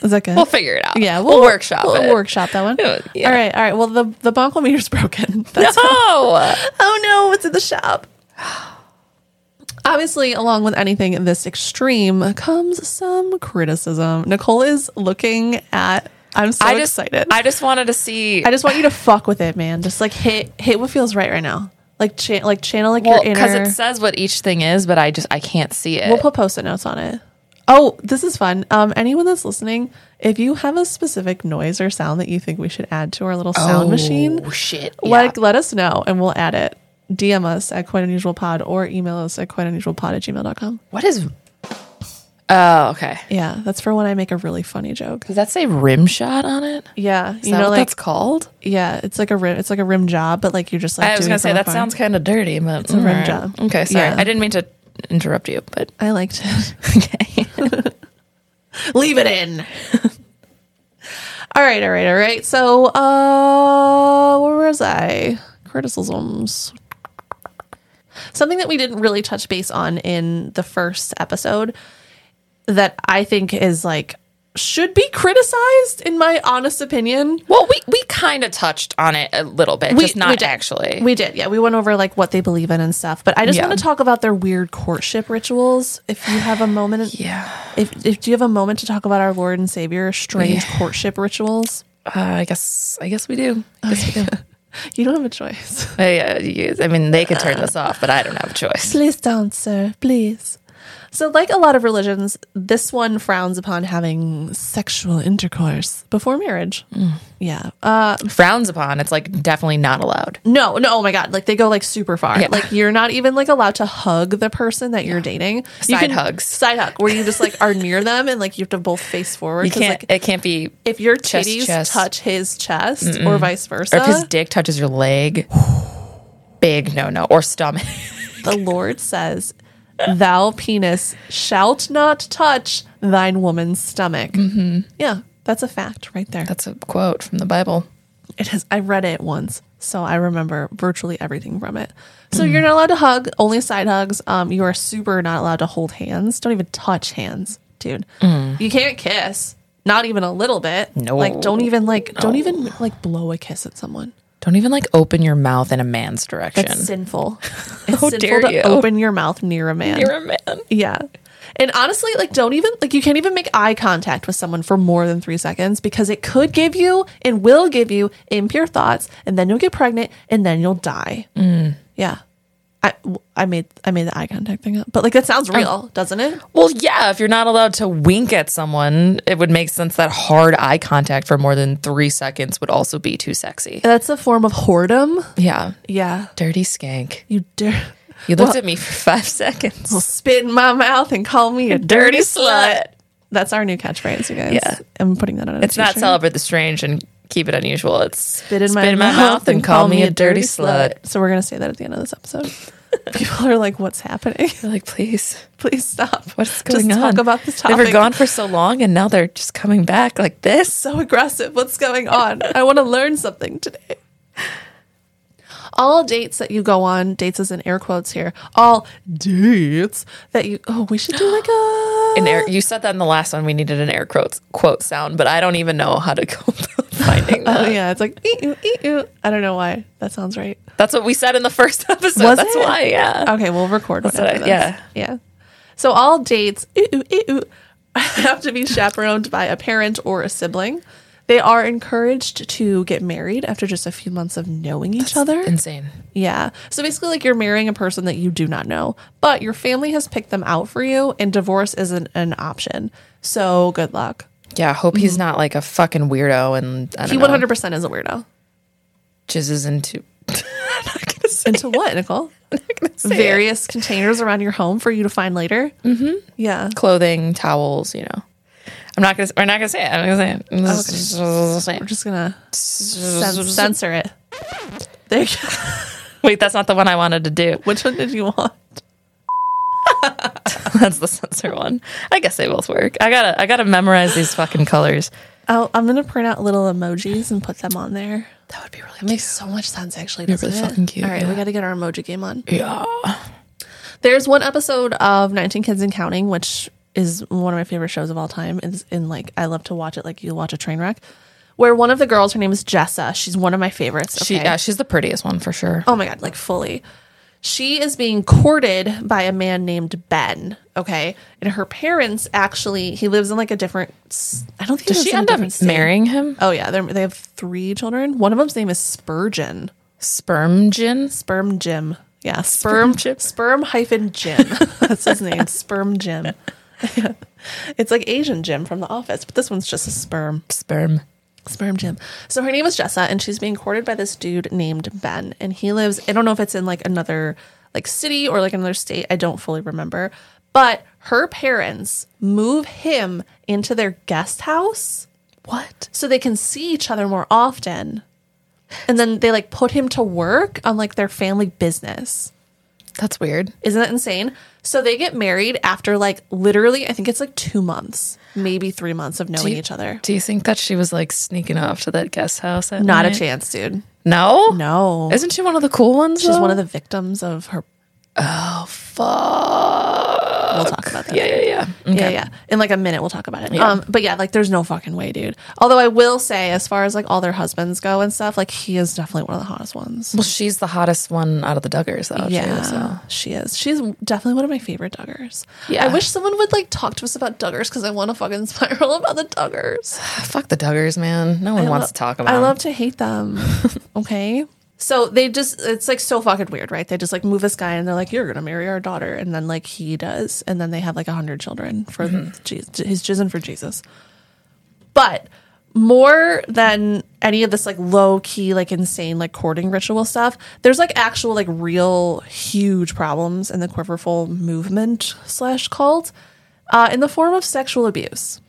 Is that good? We'll figure it out. yeah, we'll, workshop We'll it. workshop that one. Yeah. All right, all right. Well, the the bonkometer's broken. That's No. oh no, it's in the shop. Obviously, along with anything this extreme comes some criticism. Nicole is looking at. I'm so I just excited. I, I just wanted to see. just want you to fuck with it, man. Just like hit hit what feels right right now. Like cha- like channel like well, your because inner. it says what each thing is, but I just I can't see it. we'll put post-it notes on it. Oh, this is fun. Um, anyone that's listening, if you have a specific noise or sound that you think we should add to our little sound machine, Oh shit! like let us know and we'll add it dm us at quite unusual pod or email us at quite unusual pod at gmail.com What is? Oh, okay. yeah that's for when i make a really funny joke Does that say rim shot on it? Is yeah you that know what like that's called? yeah it's like a rim it's like a rim job but like you're just like I was doing gonna it say from that afar. sounds kind of dirty, but it's a rim job. Okay, sorry, Yeah. I didn't mean to interrupt you, but i liked it okay. leave it in all right all right all right so uh where was i criticisms something that we didn't really touch base on in the first episode that I think is like should be criticized in my honest opinion. well, we we kind of touched on it a little bit, just not did. actually. We did, yeah. We went over like what they believe in and stuff. But I just Yeah. want to talk about their weird courtship rituals. If you have a moment, yeah, If, if do you have a moment to talk about our Lord and Savior strange courtship rituals? uh, I guess I guess we do. I guess we do. You don't have a choice. I, uh, you- I mean, they could turn this off, but I don't have a choice. Please don't, sir. Please. So, like a lot of religions, this one frowns upon having sexual intercourse before marriage. Mm. Yeah. Uh, Frowns upon. It's like definitely not allowed. No, no, oh my god, like they go like super far. Yeah. Like you're not even like allowed to hug the person that you're dating. You Side hugs. Side hug where you just like are near them and like you have to both face forward. You 'cause, can't. like it can't be. if your Chest, titties chest. touch his chest or vice versa, Or if his dick touches your leg, big no no. Or stomach. the Lord says, Thou penis shalt not touch thine woman's stomach. Yeah, that's a fact right there. Mm-hmm. That's a quote from the Bible. It is. I read it once, so I remember virtually everything from it. Mm-hmm. So you're not allowed to hug, only side hugs. Um, you are super not allowed to hold hands. Don't even touch hands, dude. You can't kiss, not even a little bit. Mm. No. like don't even like don't even like blow a kiss at someone. Don't even like open your mouth in a man's direction. That's sinful. It's How sinful dare to you. open your mouth near a man. You're a man. yeah. And honestly, like, don't even, like, you can't even make eye contact with someone for more than three seconds because it could give you and will give you impure thoughts, and then you'll get pregnant and then you'll die. Yeah. I, w- I made I made the eye contact thing up, but like that sounds real, doesn't it? Well, yeah. If you're not allowed to wink at someone, it would make sense that hard eye contact for more than three seconds would also be too sexy. That's a form of whoredom. Yeah. Yeah, Dirty skank. you dare You looked at me for five seconds. will spit in my mouth and call me a dirty slut. That's our new catchphrase, you guys. Yeah. I'm putting that on. A It's not t-shirt. celebrate the strange and keep it unusual. It's spit spit in my, mouth, and call me a dirty slut. So we're gonna say that at the end of this episode. People are like, "What's happening? They're like, please, Please stop! what's going Just on? Talk about this They topic. were gone for so long, and now they're just coming back like this. So aggressive. What's going on? I want to learn something today." All dates that you go on, dates is in air quotes here. All dates that you, oh, we should do like a oh, An air, you said that in the last one. We needed an air quotes quote sound, but I don't even know how to go about finding that. Oh yeah, it's like ee ew, ee ew. I don't know why that sounds right. That's what we said in the first episode. Was That's it? why, yeah. Okay, we'll record one what after I- this. yeah. yeah. So all dates ooh, ooh, ooh, ooh, have to be chaperoned by a parent or a sibling. They are encouraged to get married after just a few months of knowing each other. Insane. Yeah. So basically, like you're marrying a person that you do not know, but your family has picked them out for you, and divorce isn't an option. So good luck. Yeah, hope he's not like a fucking weirdo and I don't He know, 100% is a weirdo. jizzes into. I'm not gonna say. Into what, Nicole? it. Various containers around your home for you to find later. Mm-hmm. Yeah. clothing, towels, you know. I'm not gonna. We're not gonna say it. I'm not gonna say it. I'm just- say We're it. just going to censor it. There you go. Wait, that's not the one I wanted to do. Which one did you want? That's the censor one. I guess they both work. I gotta. I gotta memorize these fucking colors. Oh, I'm going to print out little emojis and put them on there. That would be really. That makes so much sense, actually. Doesn't really it? fucking cute, All right, we yeah. got to get our emoji game on. Yeah. There's one episode of 19 Kids and Counting, which is one of my favorite shows of all time. Is in like I love to watch it like you watch a train wreck. Where one of the girls, her name is Jessa. She's one of my favorites. She. okay? Yeah. She's the prettiest one for sure. oh my god, like fully. She is being courted by a man named Ben. Okay, and her parents actually he lives in like a different. s- I don't think he Does lives she in a end up different state. marrying him? Oh yeah, they're- they have three children. One of them's name is Spurgeon. Sperm gin. Sperm Jim. Yeah, Sperm sperm Jim. Sperm hyphen Jim. That's his name. Sperm Jim. it's like Asian Jim from The Office, but this one's just a sperm. Sperm. Sperm Jim. So her name is Jessa, and she's being courted by this dude named Ben, and he lives. I don't know if it's in like another like city or like another state. I don't fully remember, but her parents move him into their guest house What? so they can see each other more often. And then they like put him to work on like their family business. That's weird. Isn't that insane? So they get married after like literally, I think it's like two months, maybe three months of knowing each other. Do you think that she was like sneaking off to that guest house? At Not night? a chance, dude. No. No. Isn't she one of the cool ones? She's one of the. the victims of her. Fuck. We'll talk about that. Yeah. Yeah. Yeah. Yeah, yeah. In like a minute, we'll talk about it. Um, but yeah, like there's no fucking way, dude. Although I will say, as far as like all their husbands go and stuff, like he is definitely one of the hottest ones. Well, she's the hottest one out of the Duggars, though. Yeah, Too, so. she is. She's definitely one of my favorite Duggars. Yeah. I wish someone would like talk to us about Duggars because I want to fucking spiral about the Duggars. Ah, Fuck the Duggars, man. No one I wants lo- to talk about. I them. love to hate them. okay. So they just it's like so fucking weird, right? They just like move this guy and they're like, You're gonna marry our daughter and then like he does, and then they have like a hundred children for Mm-hmm. Jesus he's jizzing for Jesus. But more than any of this like low key, like insane, like courting ritual stuff, there's like actual like real huge problems in the quiverful movement slash cult, uh, in the form of sexual abuse.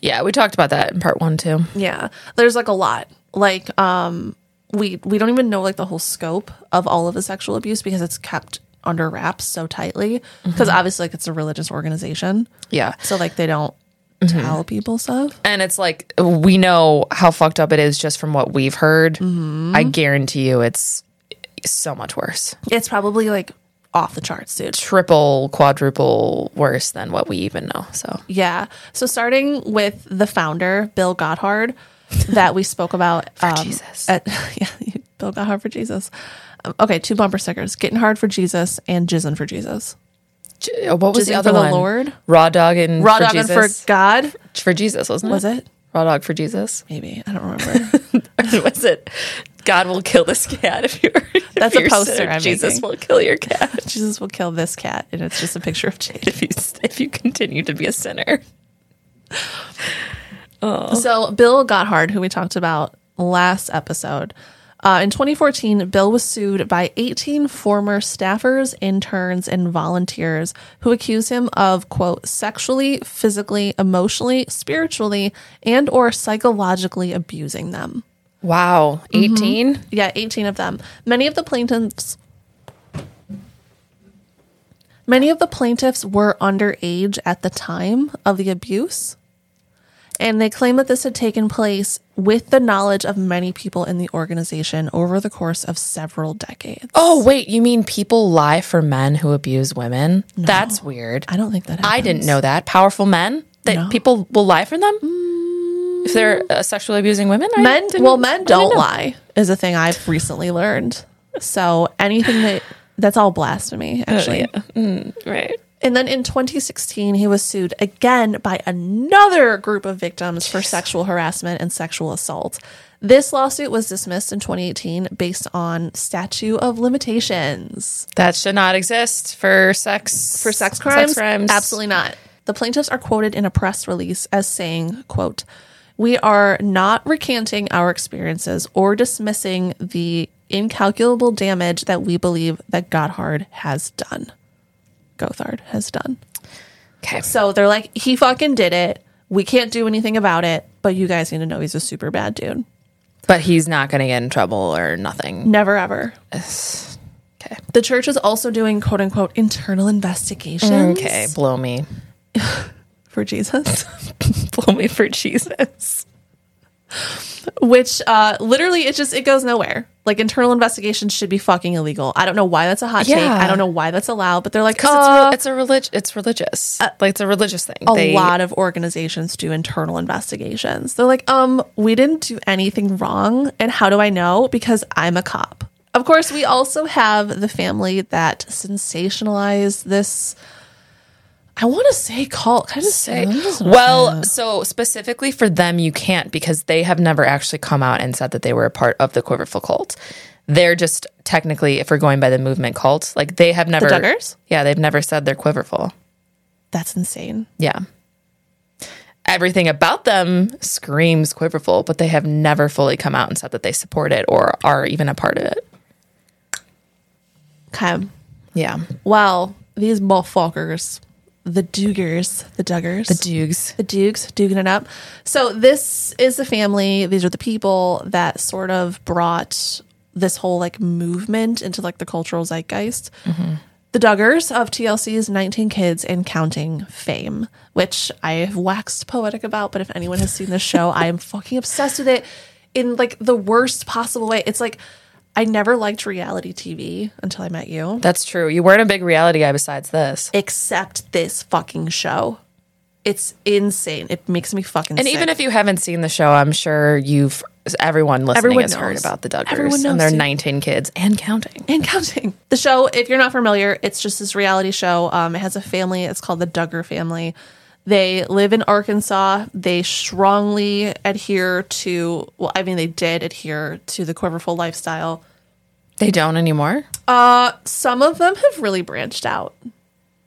Yeah, we talked about that in part one too. Yeah. There's like a lot. Like um we we don't even know like the whole scope of all of the sexual abuse because it's kept under wraps so tightly because obviously like it's a religious organization. Mm-hmm. Yeah, Mm-hmm. So like they don't tell people stuff. and it's like we know how fucked up it is just from what we've heard. Mm-hmm. I guarantee you, it's so much worse. It's probably like off the charts, dude. Triple, quadruple worse than what we even know. So Yeah. So starting with the founder, Bill Gotthard, that we spoke about. um, Jesus. At, yeah, Bill Gotthard for Jesus. Um, okay, two bumper stickers: getting hard for Jesus and jizzing for Jesus. J- uh, what was Jizzing the other for the one? Lord? Raw dog and Raw for dogging for Jesus? God. for Jesus wasn't it? Was it? raw dog for Jesus? Maybe I don't remember. Or was it? God will kill this cat if you're. if That's a you're poster sinners, I'm Jesus making. will kill your cat. Jesus will kill this cat, and it's just a picture of Jade. if you if you continue to be a sinner. So Bill Gotthard, who we talked about last episode, uh, in 2014, Bill was sued by 18 former staffers, interns, and volunteers who accused him of quote sexually, physically, emotionally, spiritually, and or psychologically abusing them. Wow, 18 Yeah, 18 of them. Many of the plaintiffs Many of the plaintiffs were underage at the time of the abuse, and they claim that this had taken place with the knowledge of many people in the organization over the course of several decades. Oh wait, you mean people lie for men who abuse women? That's weird. I don't think that happened. I didn't know that. Powerful men that No. people will lie for them if they're uh, sexually abusing women. I men didn't- well men I didn't don't know. lie is a thing I've recently Oh, learned. So anything that that's all blasphemy actually. Right. And then in 2016, he was sued again by another group of victims for sexual harassment and sexual assault. This lawsuit was dismissed in 2018 based on statute of limitations That should not exist for sex for sex crimes. crimes. Absolutely not. The plaintiffs are quoted in a press release as saying, quote, "We are not recanting our experiences or dismissing the incalculable damage that we believe that Gotthard has done. Gothard has done." Okay. So they're like, he fucking did it. We can't do anything about it, but you guys need to know he's a super bad dude. But he's not going to get in trouble or nothing. Never ever. Okay. The church is also doing quote unquote internal investigations Okay. Blow me. for Jesus, Blow me for Jesus. which uh, literally it just it goes nowhere. Like internal investigations should be fucking illegal. I don't know why that's a hot take. Yeah. I don't know why that's allowed, but they're like, It's, "Uh, re- it's a relig- It's religious. like it's a religious thing. a lot of organizations do internal investigations. They're like, um, we didn't do anything wrong. And how do I know? Because I'm a cop. Of course, we also have the family that sensationalized this. I want to say cult. Can I just say? Well, so specifically for them, you can't because they have never actually come out and said that they were a part of the Quiverful cult. They're just technically, if we're going by the movement cult, like they have never. Duggars? Yeah, they've never said they're Quiverful. That's insane. Yeah. Everything about them screams Quiverful, but they have never fully come out and said that they support it or are even a part of it. Okay. Yeah. Well, these motherfuckers, the Dugers, the Duggers, The Dukes. the Dukes, duking it up. So this is the family. These are the people that sort of brought this whole like movement into like the cultural zeitgeist. Mm-hmm. The Duggars of TLC's 19 Kids and Counting Fame, which I have waxed poetic about, but if anyone has seen this show, I am fucking obsessed with it in like the worst possible way. It's like I never liked reality TV until I met you That's true. You weren't a big reality guy besides this. except this fucking show. It's insane. It makes me fucking And even if you haven't seen the show, I'm sure you've everyone listening Everyone has heard knows. about the Everyone Duggars knows, and their dude. 19 kids and counting. and counting. The show, if you're not familiar, it's just this reality show. Um, it has a family. It's called the Duggar family. They live in Arkansas. They strongly adhere to, well, I mean, they did adhere to the Quiverful lifestyle. Uh, They don't anymore. Some of them have really branched out,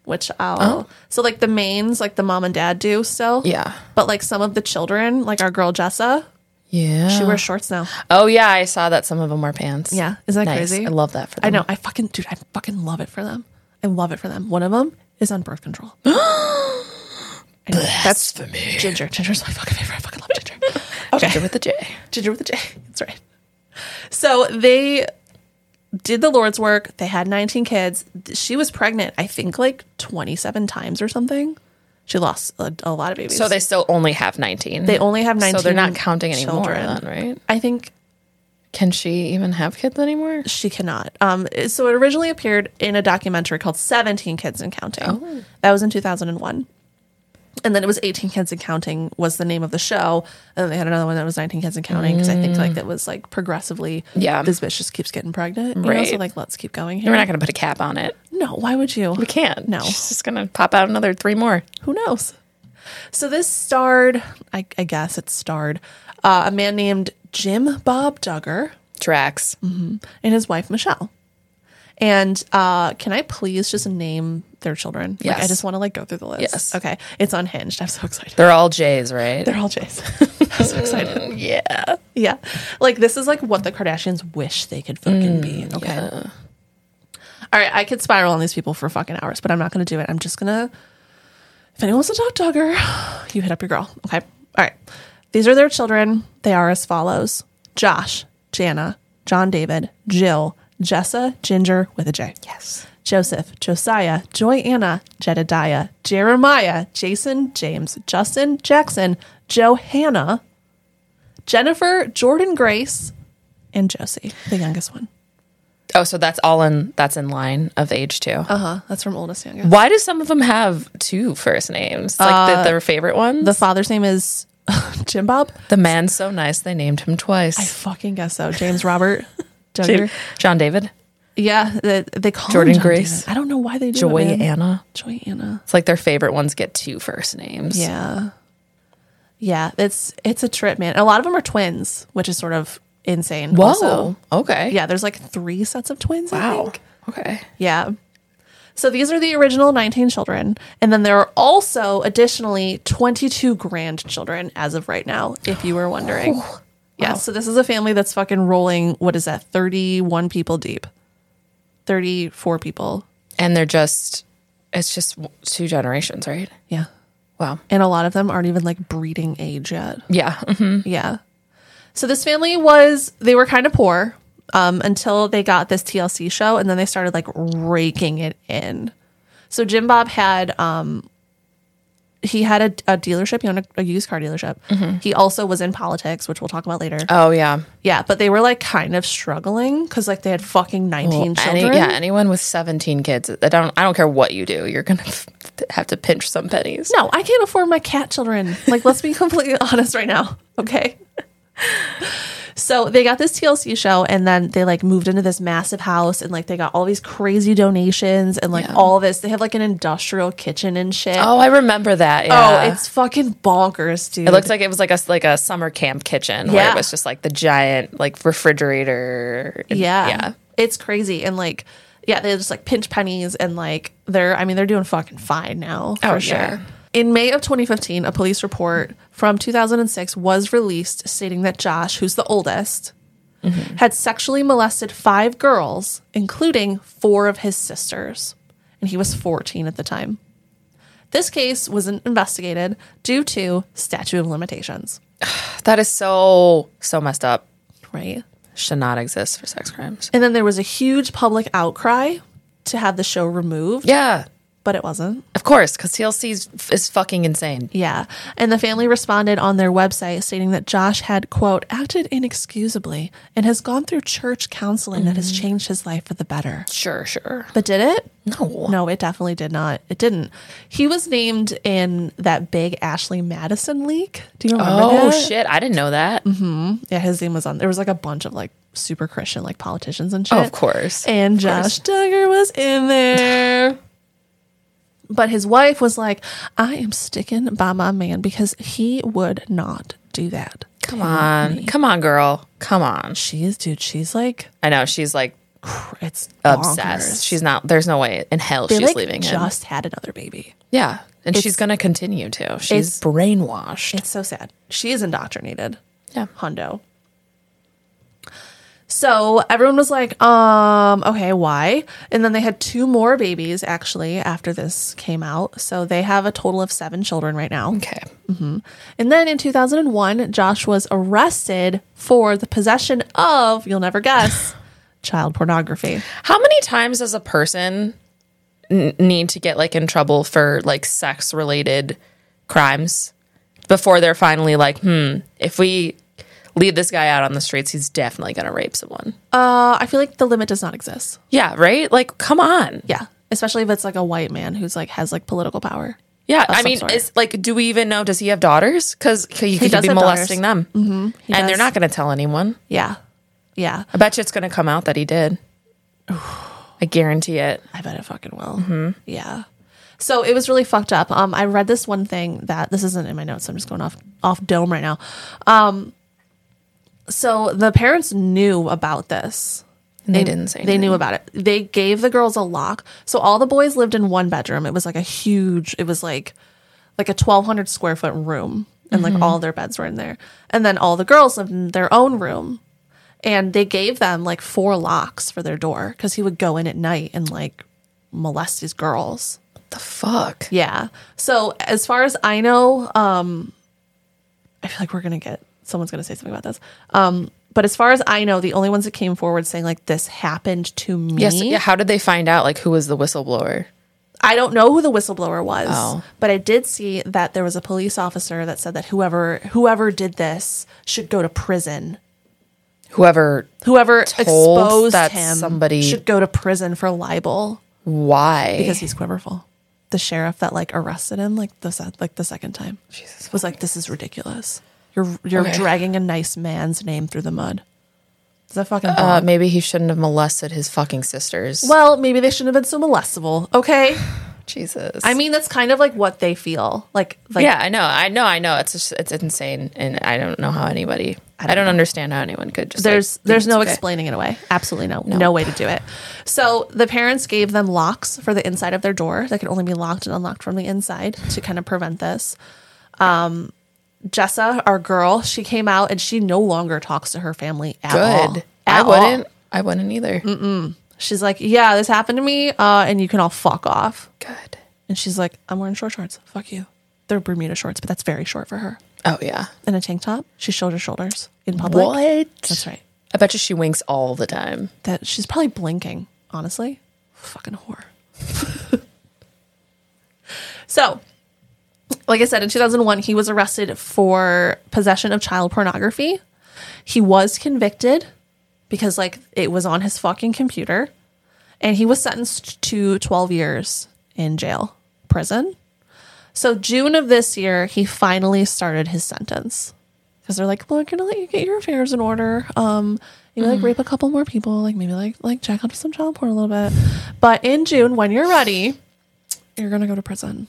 which I'll. So, like the mains, like the mom and dad do still. Yeah. But, like, some of the children, like our girl Jessa, Yeah. she wears shorts now. oh yeah, I saw that some of them wear pants. Yeah, isn't that Nice. crazy? I love that for I them. know. I fucking dude. I fucking love it for them. I love it for them. One of them is on birth control. I know, that's for me. Ginger. Ginger's my fucking favorite. I fucking love Ginger. Ginger with the J. Ginger with a J. That's right. So they did the Lord's work. They had 19 kids. She was pregnant, I think, like 27 times or something. She lost a, a lot of babies. So they still only have 19. they only have 19. So they're not counting anymore children. then, right? I think Can she even have kids anymore? she cannot. Um, so it originally appeared in a documentary called 17 Kids and Counting. Oh. That was in 2001. And then it was 18 Kids and Counting was the name of the show. And then they had another one that was 19 Kids and Counting because I think like that was like progressively, Yeah. this bitch just keeps getting pregnant. You know? Right. So like, let's keep going We're here. not going to put a cap on it. no, why would you? We can't. No. She's just going to pop out another three more. Who knows? So this starred, I, I guess it starred uh, a man named Jim Bob Duggar. Tracks. Mm-hmm. and his wife Michelle. And uh, can I please just name their children? Like, I Yes. just want to like go through the list. Yes. Okay. It's unhinged. I'm so excited. They're all J's, right? Mm, They're all Jays. I'm so excited. yeah. Yeah. Like this is like what the Kardashians wish they could fucking be. Mm, Okay. All right. I could spiral on these people for fucking hours, but I'm not going to do it. I'm just going to. If anyone wants to talk Duggar, you hit up your girl. Okay. All right. These are their children. They are as follows Josh, Jana, John David, Jill, Jessa, Ginger with a J. Yes. Joseph, Josiah, Joyanna, Jedediah, Jeremiah, Jason, James, Justin, Jackson, Johanna, Jennifer, Jordan Grace, and Josie, the youngest one. Oh, so that's all in that's in line of age too. Uh huh. That's from oldest to youngest. Why do some of them have two first names? Like the, their favorite ones? The Uh, The, father's name is Jim Bob. man's so nice they named him twice. Fucking guess so. James Robert Duggar. John David. Yeah, the, they call him Jordan John Grace. Dana. I don't know why they do Joy it, man. Anna. Joy Anna. It's like their favorite ones get two first names. Yeah, yeah. It's it's a trip, man. A lot of them are twins, which is sort of insane. Whoa. also. okay. yeah. There's like three sets of twins. I Wow. think. Okay. Yeah. So these are the original 19 children. And then there are also additionally 22 grandchildren as of right now, if you were wondering. Yeah. So this is a family that's fucking rolling, what is that, 31 people deep? 34 people. And they're just, it's just w- two generations, right? Yeah. Wow. And a lot of them aren't even like breeding age yet. Yeah. mhm. Yeah. So this family was they were kind of poor um, until they got this TLC show, and then they started like raking it in. So Jim Bob had um, he had a, a dealership, he owned a, a used car dealership. He also was in politics, which we'll talk about later. Mm-hmm. Oh, yeah. yeah, but they were like kind of struggling because like they had fucking nineteen Any- children. yeah, anyone with 17 kids, I don't I don't care what you do, you're going to have to pinch some pennies. No, I can't afford my cat children. Like, let's be completely honest right now. Okay. So they got this TLC show and then they like moved into this massive house and like they got all these crazy donations and like all this. They have like an industrial kitchen and shit. Oh, I remember that. Oh, Yeah. it's fucking bonkers, dude. it looked like it was like a like a summer camp kitchen where Yeah. it was just like the giant like refrigerator. and- yeah. Yeah. It's crazy. And like, yeah, they just like pinch pennies and like they're, I mean, they're doing fucking fine now for Oh, sure. yeah. In May of 2015, a police report from 2006 was released stating that Josh, who's the oldest, Mm-hmm. had sexually molested five girls, including four of his sisters. And he was 14 at the time. This case wasn't investigated due to statute of limitations, That is so so messed up. right? Should not exist for sex crimes. And then there was a huge public outcry to have the show removed, Yeah. but it wasn't. Of course, cuz TLC is, is fucking insane. Yeah. And the family responded on their website stating that Josh had, quote, acted inexcusably and has gone through church counseling that Mm. has changed his life for the better. Sure, sure. But did it? No. No, it definitely did not. It didn't. He was named in that big Ashley Madison leak. Do you remember Oh that? Mm-hmm. shit, I didn't know that. Yeah, his name was on. There was like a bunch of like super Christian like politicians and shit. of course. And Josh Duggar was in there. But his wife was like, I am sticking by my man because he would not do that. Come on. Come on, girl. Come on. She is, dude, she's like, I know she's like cr- it's obsessed. bonkers. She's not. The's no way in hell They, she's like, leaving him. just had another baby. Yeah, and she's gonna continue to. She's brainwashed. It's so sad. She is indoctrinated. Yeah. Hondo. So everyone was like, um, okay, why? And then they had two more babies actually after this came out. So they have a total of seven children right now. Okay. And then in 2001, Josh was arrested for the possession of, you'll never guess, child pornography. How many times does a person n- need to get like in trouble for like sex related crimes before they're finally like, hmm, if we leave this guy out on the streets, he's definitely gonna rape someone. Uh, I feel like the limit does not exist. Yeah. Right. Like, come on. Yeah. Especially if it's like a white man who's like has like political power. Yeah, I some mean, sort. it's like, do we even know? Does he have daughters? Because he could does be have daughters. Mm-hmm. molesting them, and they're does. not going to tell anyone. Yeah. Yeah. I bet you it's going to come out that he did. I guarantee it. I bet it fucking will. Yeah. So it was really fucked up. Um, I read this one thing that this isn't in my notes. So I'm just going off off dome right now. Um, so the parents knew about this. And they, didn't say. They knew about it. They gave the girls a lock. So all the boys lived in one bedroom. It was like a huge. It was like like a 1200 square foot room, and like all their beds were in there. And then all the girls lived in their own room. And they gave them like four locks for their door because he would go in at night and like molest these girls. What the fuck? Yeah. So as far as I know, um, I feel like we're gonna get someone's gonna say something about this. Um, but as far as I know, the only ones that came forward saying like this happened to me. Yes. Yeah. How did they find out? Like, who was the whistleblower? I don't know who the whistleblower was, Oh. but I did see that there was a police officer that said that whoever whoever did this should go to prison. Whoever? Whoever exposed that him somebody- should go to prison for libel Why? because he's quiverful. The sheriff that like arrested him like the se- like the second time Jesus was like, "This is ridiculous. You're you're Okay. dragging a nice man's name through the mud. This It's a fucking Uh, maybe he shouldn't have molested his fucking sisters. well, maybe they shouldn't have been so molestable. Okay, Jesus. I mean that's kind of like what they feel. Like, like yeah, I know, I know, I know. It's just, it's insane, and I don't know how anybody. I don't, understand how anyone could just. like, there's think there's it's no okay. explaining it away. Absolutely no, no, way to do it. So the parents gave them locks for the inside of their door that could only be locked and unlocked from the inside to kind of prevent this. Um, Jessa, our girl, she came out and she no longer talks to her family at all. Good. I At all. wouldn't. I wouldn't either. She's like, yeah, this happened to me, uh, and you can all fuck off. Good. And she's like, I'm wearing short shorts. Fuck you. They're Bermuda shorts, but that's very short for her. Oh yeah. And a tank top. She showed her shoulders in public. That's right. I bet you she winks all the time. That she's probably blinking. Honestly, fucking whore. so, like I said, in 2001, he was arrested for possession of child pornography. He was convicted because, like, it was on his fucking computer, and he was sentenced to 12 years in jail, prison. So, June of this year, he finally started his sentence because they're like, "Well, we're gonna let you get your affairs in order. Um, maybe Mm-hmm. like rape a couple more people, like maybe like like jack up some child porn a little bit." But in June, when you're ready, you're gonna go to prison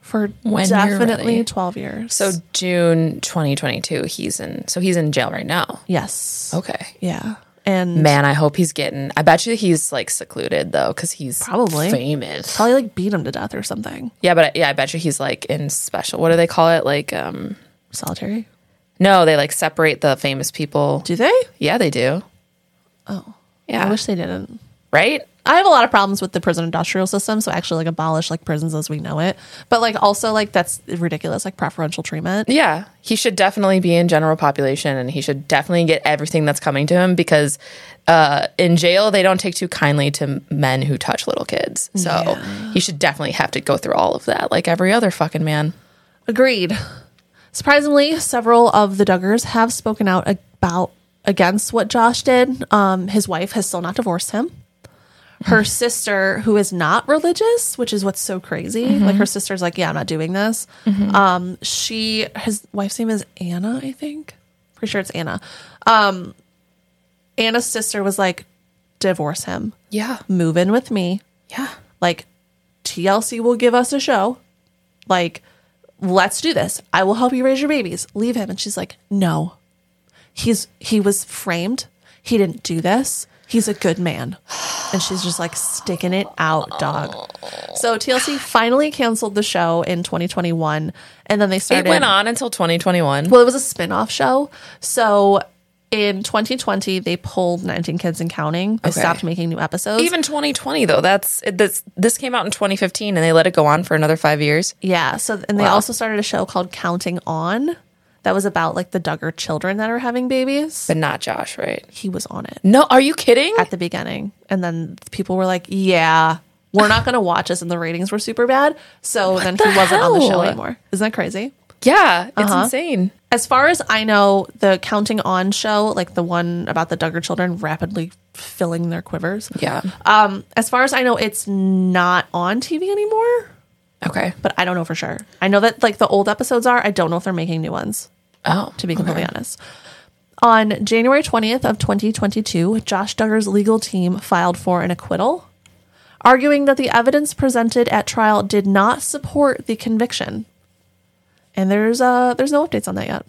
for When you're definitely ready. twelve years. So June 2022, he's in. So he's in jail right now. yes, Okay. yeah, and Man, I hope he's getting. I bet you he's like secluded though, because he's Probably. famous. probably like beat him to death or something. Yeah, but yeah, I bet you he's like in special. What do they call it? Like, um, Solitary? no, they like separate the famous people. Do they? Yeah, they do. Oh, Yeah. I wish they didn't. right? I have a lot of problems with the prison industrial system, so actually like abolish like prisons as we know it. But like also like that's ridiculous, like preferential treatment. Yeah, he should definitely be in general population, and he should definitely get everything that's coming to him because uh, in jail they don't take too kindly to men who touch little kids. So he should definitely have to go through all of that, like every other fucking man. Agreed. Surprisingly, several of the Duggars have spoken out about against what Josh did. Um, his wife has still not divorced him. Her sister, who is not religious, which is what's so crazy, like her sister's like, "Yeah, I'm not doing this." Um, she, his wife's name is Anna, I think. Pretty sure it's Anna. Um, Anna's sister was like, "Divorce him. Yeah, Move in with me." yeah, like TLC will give us a show. Like, let's do this. I will help you raise your babies. Leave him. And she's like, no, he's, he was framed. He didn't do this. He's a good man. And she's just like sticking it out, dog. So TLC finally canceled the show in 2021. And then they it started. went on until 2021. Well, it was a spin-off show. So in 2020, they pulled 19 Kids and Counting. They Okay. stopped making new episodes. Even 2020 though, that's it- this. This came out in 2015, and they let it go on for another five years. Yeah. So, and they also started a show called Counting On that was about like the Duggar children that are having babies. But not Josh, right? He was on it No, are you kidding? at the beginning. And then people were like, yeah, we're not going to watch this. And the ratings were super bad. So then he the wasn't on the show hell? anymore. Isn't that crazy? yeah, it's Uh-huh. insane. As far as I know, the Counting On show, like the one about the Duggar children rapidly filling their quivers. Yeah. Um, as far as I know, it's not on TV anymore, Okay. but I don't know for sure. I know that like the old episodes are. I don't know if they're making new ones. Oh, to be completely honest. On January 20th of 2022, Josh Duggar's legal team filed for an acquittal, arguing that the evidence presented at trial did not support the conviction. And there's uh there's no updates on that yet.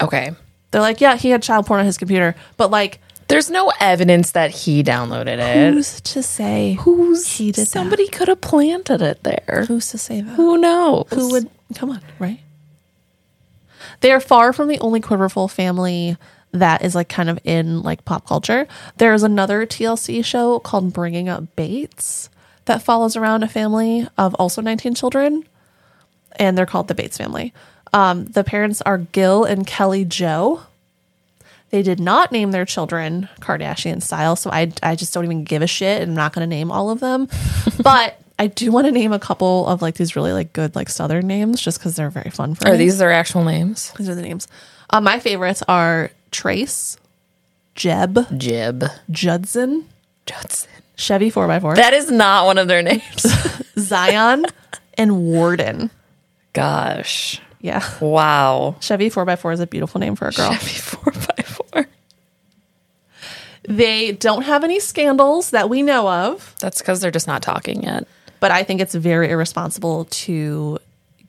okay. They're like, yeah, he had child porn on his computer, but like There's no evidence that he downloaded it. who's to say Who's he did somebody somebody could have planted it there? who's to say that? Who knows? Who would come on, right? They are far from the only Quiverful family that is like kind of in like pop culture. There is another TLC show called Bringing Up Bates that follows around a family of also 19 children, and they're called the Bates family. Um, the parents are Gil and Kelly Joe. They did not name their children Kardashian style, so I, I just don't even give a shit. And I'm not going to name all of them, but I do want to name a couple of like these really like good like Southern names just because they're very fun for Are me. these their actual names? These are the names. Uh, my favorites are Trace, Jeb, Jib Judson, Judson. Chevy 4x4, That is not one of their names. Zion, and Warden. Gosh. Yeah. Wow. Chevy 4x4 is a beautiful name for a girl. Chevy 4x4. They don't have any scandals that we know of, That's because they're just not talking yet. but I think it's very irresponsible to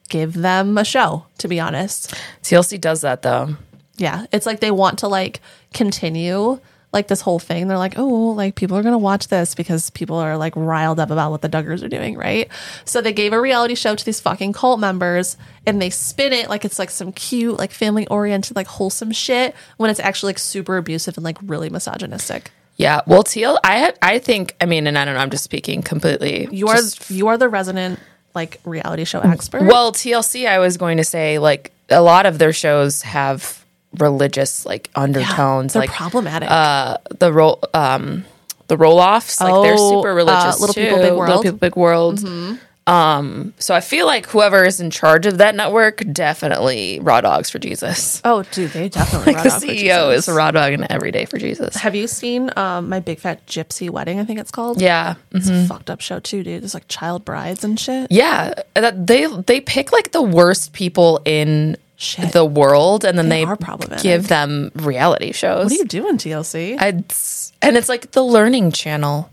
give them a show, to be honest. TLC does that though. Yeah. It's like they want to like continue like this whole thing. They're like, oh, like people are going to watch this because people are like riled up about what the Duggars are doing, right? So they gave a reality show to these fucking cult members and they spin it like it's like some cute, like family oriented, like wholesome shit when it's actually like super abusive and like really misogynistic. Yeah. Well, TL, I had, I think, I mean, and I don't know, I'm just speaking completely. You are you are the resident like reality show expert. Well, TLC, I was going to say, like, a lot of their shows have religious, like, undertones. They're like, problematic. uh, the roll, um, the roll offs, like, they're Oh, super religious. uh, Little too. People, Big Little World. Mm-hmm. People, Big World. Um, so I feel like whoever is in charge of that network definitely raw dogs for Jesus. oh, dude, they definitely Like, run the off with CEO Jesus. is a raw dog and every day for Jesus. Have you seen um, my big fat gypsy wedding? I think it's called. Yeah. Mm-hmm. It's a fucked up show too, dude. There's like child brides and shit. Yeah, that they they pick like the worst people in Shit. the world, and then They they, are problematic. give them reality shows. What are you doing, TLC? I- it's- and it's like the Learning Channel.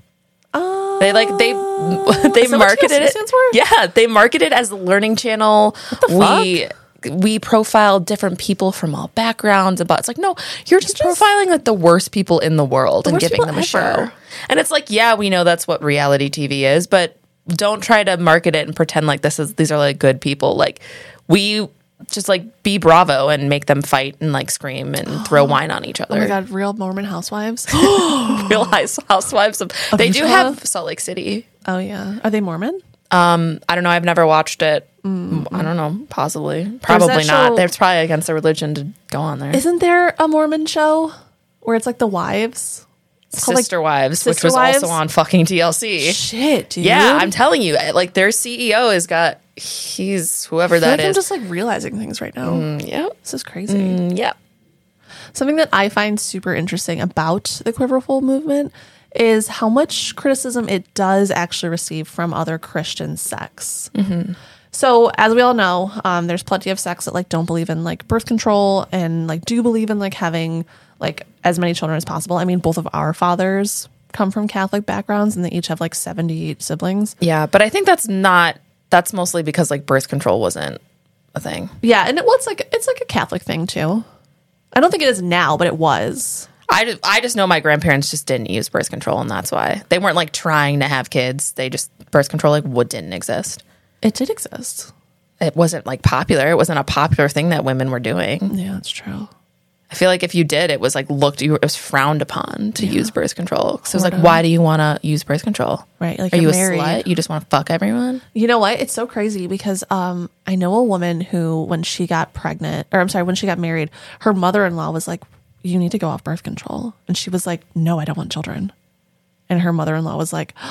Oh, They like they they Is that what marketed TLC it. stands for? Yeah, they market it as the Learning Channel. We we profile different people from all backgrounds. About it's like no, you're just, profiling like the worst people in the world and worst giving people them a ever. show. And it's like yeah, we know that's what reality TV is, but don't try to market it and pretend like this is these are like good people. Like we just like be bravo and make them fight and like scream and throw wine on each oh my other. god, real Mormon housewives. Real Hous- housewives of they do Utah? have Salt Lake City. oh yeah, are they Mormon? I don't know. I've never watched it. Mm. I don't know. Possibly. Probably show- not. That's probably against their religion to go on there. Isn't there a Mormon show where it's like the wives? It's called, like- Sister Wives, which Sister was Wives? also on fucking TLC. shit, dude. yeah, I'm telling you. Eh, Like their CEO has got, he's whoever I feel that like I'm is. Mm. just mm, like realizing things right now. Yep. This is crazy. Yep. Something that I find super interesting about the Quiverful movement is how much criticism it does actually receive from other Christian sects. So, as we all know, um, there's plenty of sects that like don't believe in like birth control and like do believe in like having like as many children as possible. I mean, both of our fathers come from Catholic backgrounds, and they each have like 78 siblings. Yeah. But I think that's not, that's mostly because like birth control wasn't a thing. Yeah, and it was like it's like a Catholic thing too. I don't think it is now, but it was. I, ju- I just know my grandparents just didn't use birth control and that's why they weren't like trying to have kids. They just, birth control like would didn't exist. It did exist. it wasn't like popular. It wasn't a popular thing that women were doing. Yeah, that's true. I feel like if you did, it was like looked, you were, it was frowned upon to use birth control. So it was like, why do you want to use birth control? Oh Right, like Are you you're a married. slut? You just want to fuck everyone? You know what? It's so crazy because um, I know a woman who, when she got pregnant, or I'm sorry, when she got married, her mother in law was like, You need to go off birth control. And she was like, No, I don't want children. And her mother in law was like,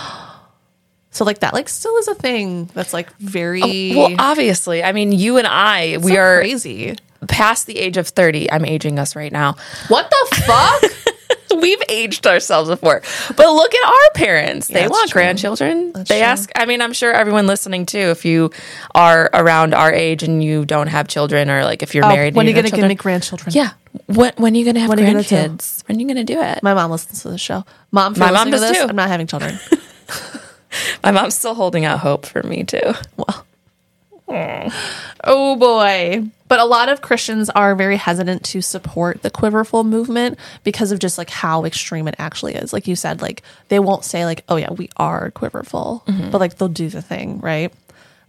So, like, that, like, still is a thing that's like very Oh, Well, obviously. I mean, you and I, we are crazy. past the age of 30. I'm aging us right now. What the fuck? We've aged ourselves before. But look at our parents. they that's want true. grandchildren. they true. ask, I mean, I'm sure everyone listening too, if you are around our age and you don't have children or like if you're married, Oh, and when are you don't going to have give me children, grandchildren? Yeah. When when are you gonna have When are you gonna do? grandkids? When are you gonna do it? My, My mom listens to the show. Mom, if My you're mom listening to does this, too. I'm not having children. mom's still holding out hope for me too. Oh boy. But a lot of Christians are very hesitant to support the quiverful movement because of just like how extreme it actually is. Like you said, like they won't say like, "Oh yeah, we are quiverful," but like they'll do the thing, right?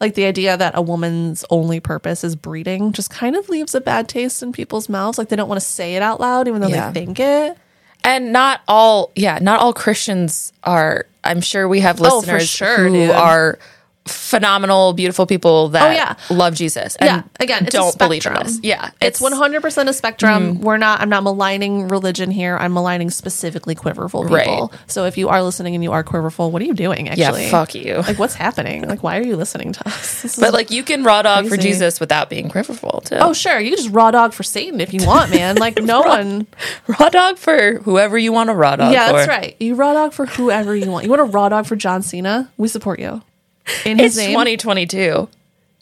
Like the idea that a woman's only purpose is breeding just kind of leaves a bad taste in people's mouths. Like they don't want to say it out loud, even though Yeah. they think it. And not all yeah, not all Christians are I'm sure we have Oh, listeners for sure, who dude. are phenomenal, beautiful people Oh, that yeah. love Jesus. And Yeah, again, it's a don't believe in spectrum. this. Yeah. It's one hundred percent a spectrum. Mm. We're not. I'm not maligning religion here. I'm maligning specifically quiverful people. So if you are listening and you are quiverful, what are you doing? Actually, fuck you. Like, what's happening? Like, why are you listening to us? This is- But like you can raw dog for Crazy. Jesus without being quiverful too. oh, sure, you can just raw dog for Satan if you want, man. Like, no one. raw dog for whoever you want to raw dog Yeah, for. that's right. You raw dog for whoever you want. You want a raw dog for John Cena? We support you. In his It's name, 2022.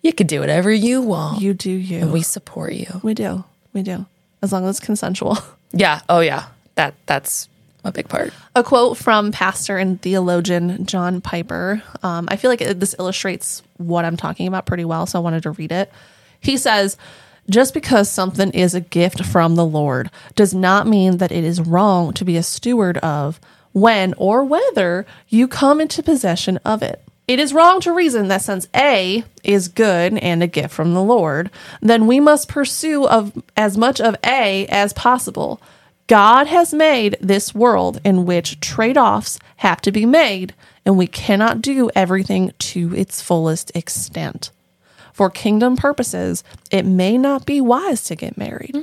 You can do whatever you want. you do you. we support you. we do. We do. As long as it's consensual. Yeah. Oh yeah. That that's a big part. a quote from pastor and theologian John Piper. Um, I feel like it, this illustrates what I'm talking about pretty well, so I wanted to read it. He says, just because something is a gift from the Lord does not mean that it is wrong to be a steward of when or whether you come into possession of it. It is wrong to reason that since A is good and a gift from the Lord, then we must pursue of as much of A as possible. God has made this world in which trade offs have to be made, and we cannot do everything to its fullest extent. For kingdom purposes, it may not be wise to get married.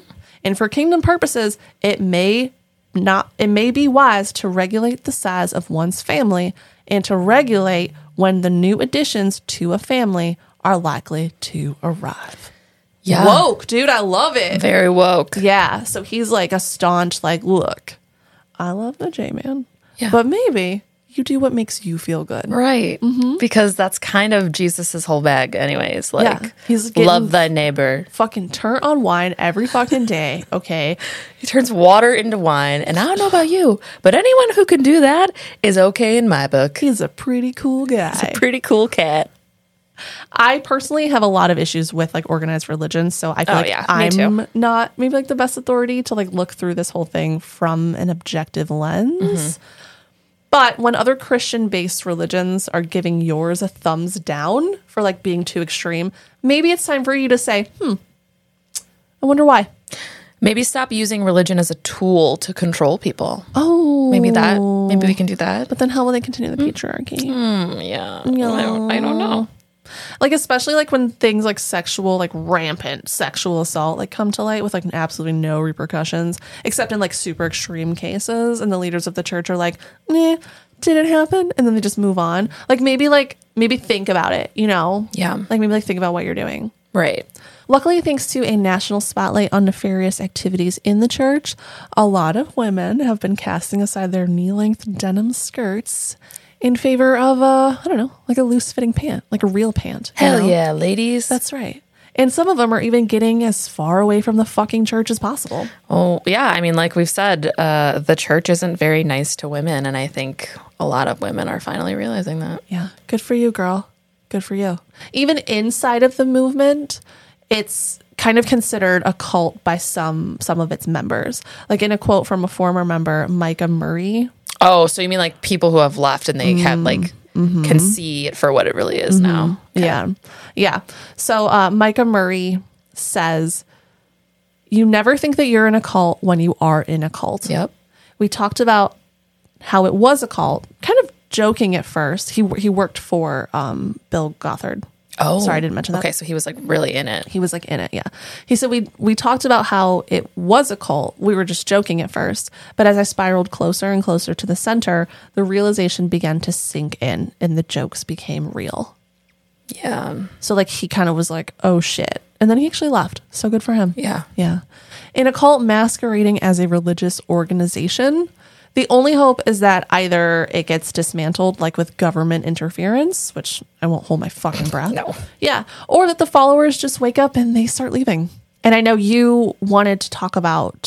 And for kingdom purposes, it may not it may be wise to regulate the size of one's family and to regulate when the new additions to a family are likely to arrive. Yeah. Woke, dude, I love it. Very woke. Yeah. So he's like a staunch, like, look, I love the J Man, Yeah. but maybe you do what makes you feel good. Right. Because that's kind of Jesus's whole bag anyways. Like He's getting- love thy neighbor. Fucking turn on wine every fucking day. Okay. He turns water into wine. And I don't know about you, but anyone who can do that is okay in my book. He's a pretty cool guy. Pretty cool cat. I personally have a lot of issues with like organized religion. So I feel Oh, like yeah. Me too. I'm not maybe like the best authority to like look through this whole thing from an objective lens. Mm-hmm. But when other Christian based religions are giving yours a thumbs down for like being too extreme, maybe it's time for you to say, hmm, I wonder why. Maybe stop using religion as a tool to control people. Oh, Maybe that. Maybe we can do that. But then how will they continue Hmm. the patriarchy? Mm, yeah. I, don't, I don't know. Like, especially like when things like sexual, like rampant sexual assault, like come to light with like absolutely no repercussions, except in like super extreme cases. And the leaders of the church are like, eh, did it happen? And then they just move on. Like, maybe like, maybe think about it, you know? Yeah. Like, maybe like think about what you're doing. Right. Luckily, thanks to a national spotlight on nefarious activities in the church, a lot of women have been casting aside their knee length denim skirts in favor of, uh, I don't know, like a loose fitting pant, like a real pant. you Hell know? yeah, ladies. That's right. And some of them are even getting as far away from the fucking church as possible. Oh, yeah. I mean, like we've said, uh, the church isn't very nice to women. And I think a lot of women are finally realizing that. Yeah. Good for you, girl. Good for you. Even inside of the movement, it's kind of considered a cult by some some of its members. Like in a quote from a former member, Micah Murray, Oh, so you mean like people who have left and they have like can see it for what it really is now? Mm-hmm. Yeah. Yeah. So uh, Micah Murray says, You never think that you're in a cult when you are in a cult. Yep. We talked about how it was a cult, kind of joking at first. He, he worked for um, Bill Gothard. Oh, Sorry, I didn't mention that. Okay, so he was like really in it. He was like in it, yeah. He said we we talked about how it was a cult. We were just joking at first, but as I spiraled closer and closer to the center, the realization began to sink in and the jokes became real. Yeah. So like he kind of was like, "Oh shit." And then he actually left. So good for him. Yeah. Yeah. In a cult masquerading as a religious organization, the only hope is that either it gets dismantled like with government interference, which I won't hold my fucking breath. No. Yeah, or that the followers just wake up and they start leaving. And I know you wanted to talk about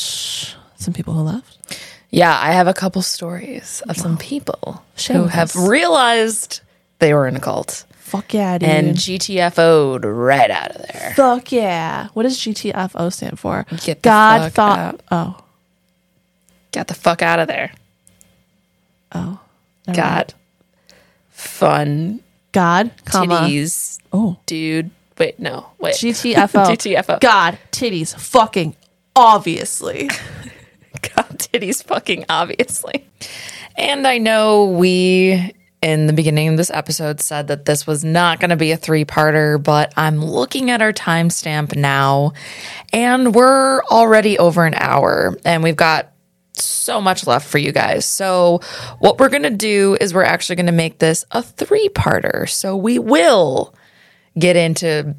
some people who left. Yeah, I have a couple stories of some people Share who with us. have realized they were in a cult Fuck yeah, dude. and GTFO'd right out of there. fuck yeah. What does GTFO stand for? Get the God fuck thought out. Oh. Got the fuck out of there. never mind. Got fun God, comma. titties, Oh. dude. Wait, no, wait. GTFO. GTFO. God, titties, fucking obviously. God, titties fucking obviously. And I know we in the beginning of this episode said that this was not going to be a three-parter, but I'm looking at our timestamp now and we're already over an hour and we've got so much left for you guys. So, what we're going to do is we're actually going to make this a three-parter. So, we will get into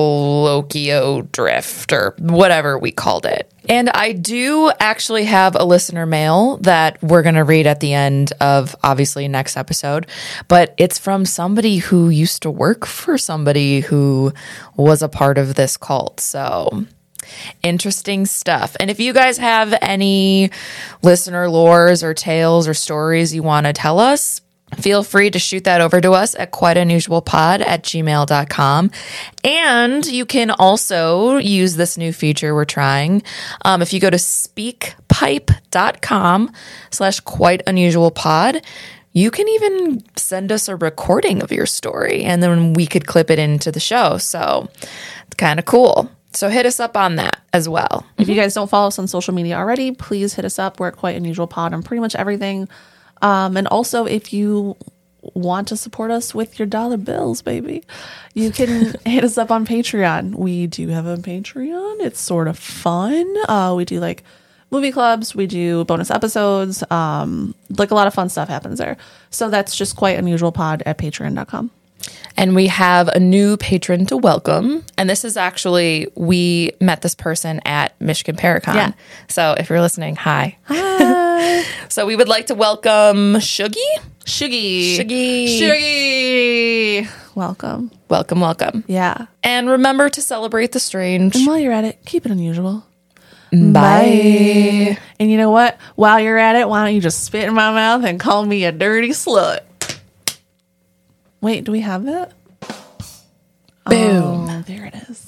Quiverfolokio drift or whatever we called it. And I do actually have a listener mail that we're going to read at the end of obviously next episode, but it's from somebody who used to work for somebody who was a part of this cult. So Interesting stuff. And if you guys have any listener lores or tales or stories you want to tell us, feel free to shoot that over to us at quiteunusualpod at gmail.com. And you can also use this new feature we're trying. Um, if you go to speakpipe.com slash quite unusual pod, you can even send us a recording of your story and then we could clip it into the show. So it's kind of cool. So hit us up on that as well. If you guys don't follow us on social media already, please hit us up. We're at Quite Unusual Pod on pretty much everything. Um, and also, if you want to support us with your dollar bills, baby, you can hit us up on Patreon. We do have a Patreon. It's sort of fun. Uh, we do like movie clubs. We do bonus episodes. Um, like a lot of fun stuff happens there. So that's just Quite Unusual Pod at patreon.com. And we have a new patron to welcome. And this is actually, we met this person at Michigan Paracon. Yeah. So if you're listening, hi. Hi. so we would like to welcome Shuggy. Shuggy. Shuggy. Shuggy. Welcome. Welcome, welcome. Yeah. And remember to celebrate the strange. And while you're at it, keep it unusual. Bye. And you know what? While you're at it, why don't you just spit in my mouth and call me a dirty slut? Wait, do we have that? Boom. Oh, there it is.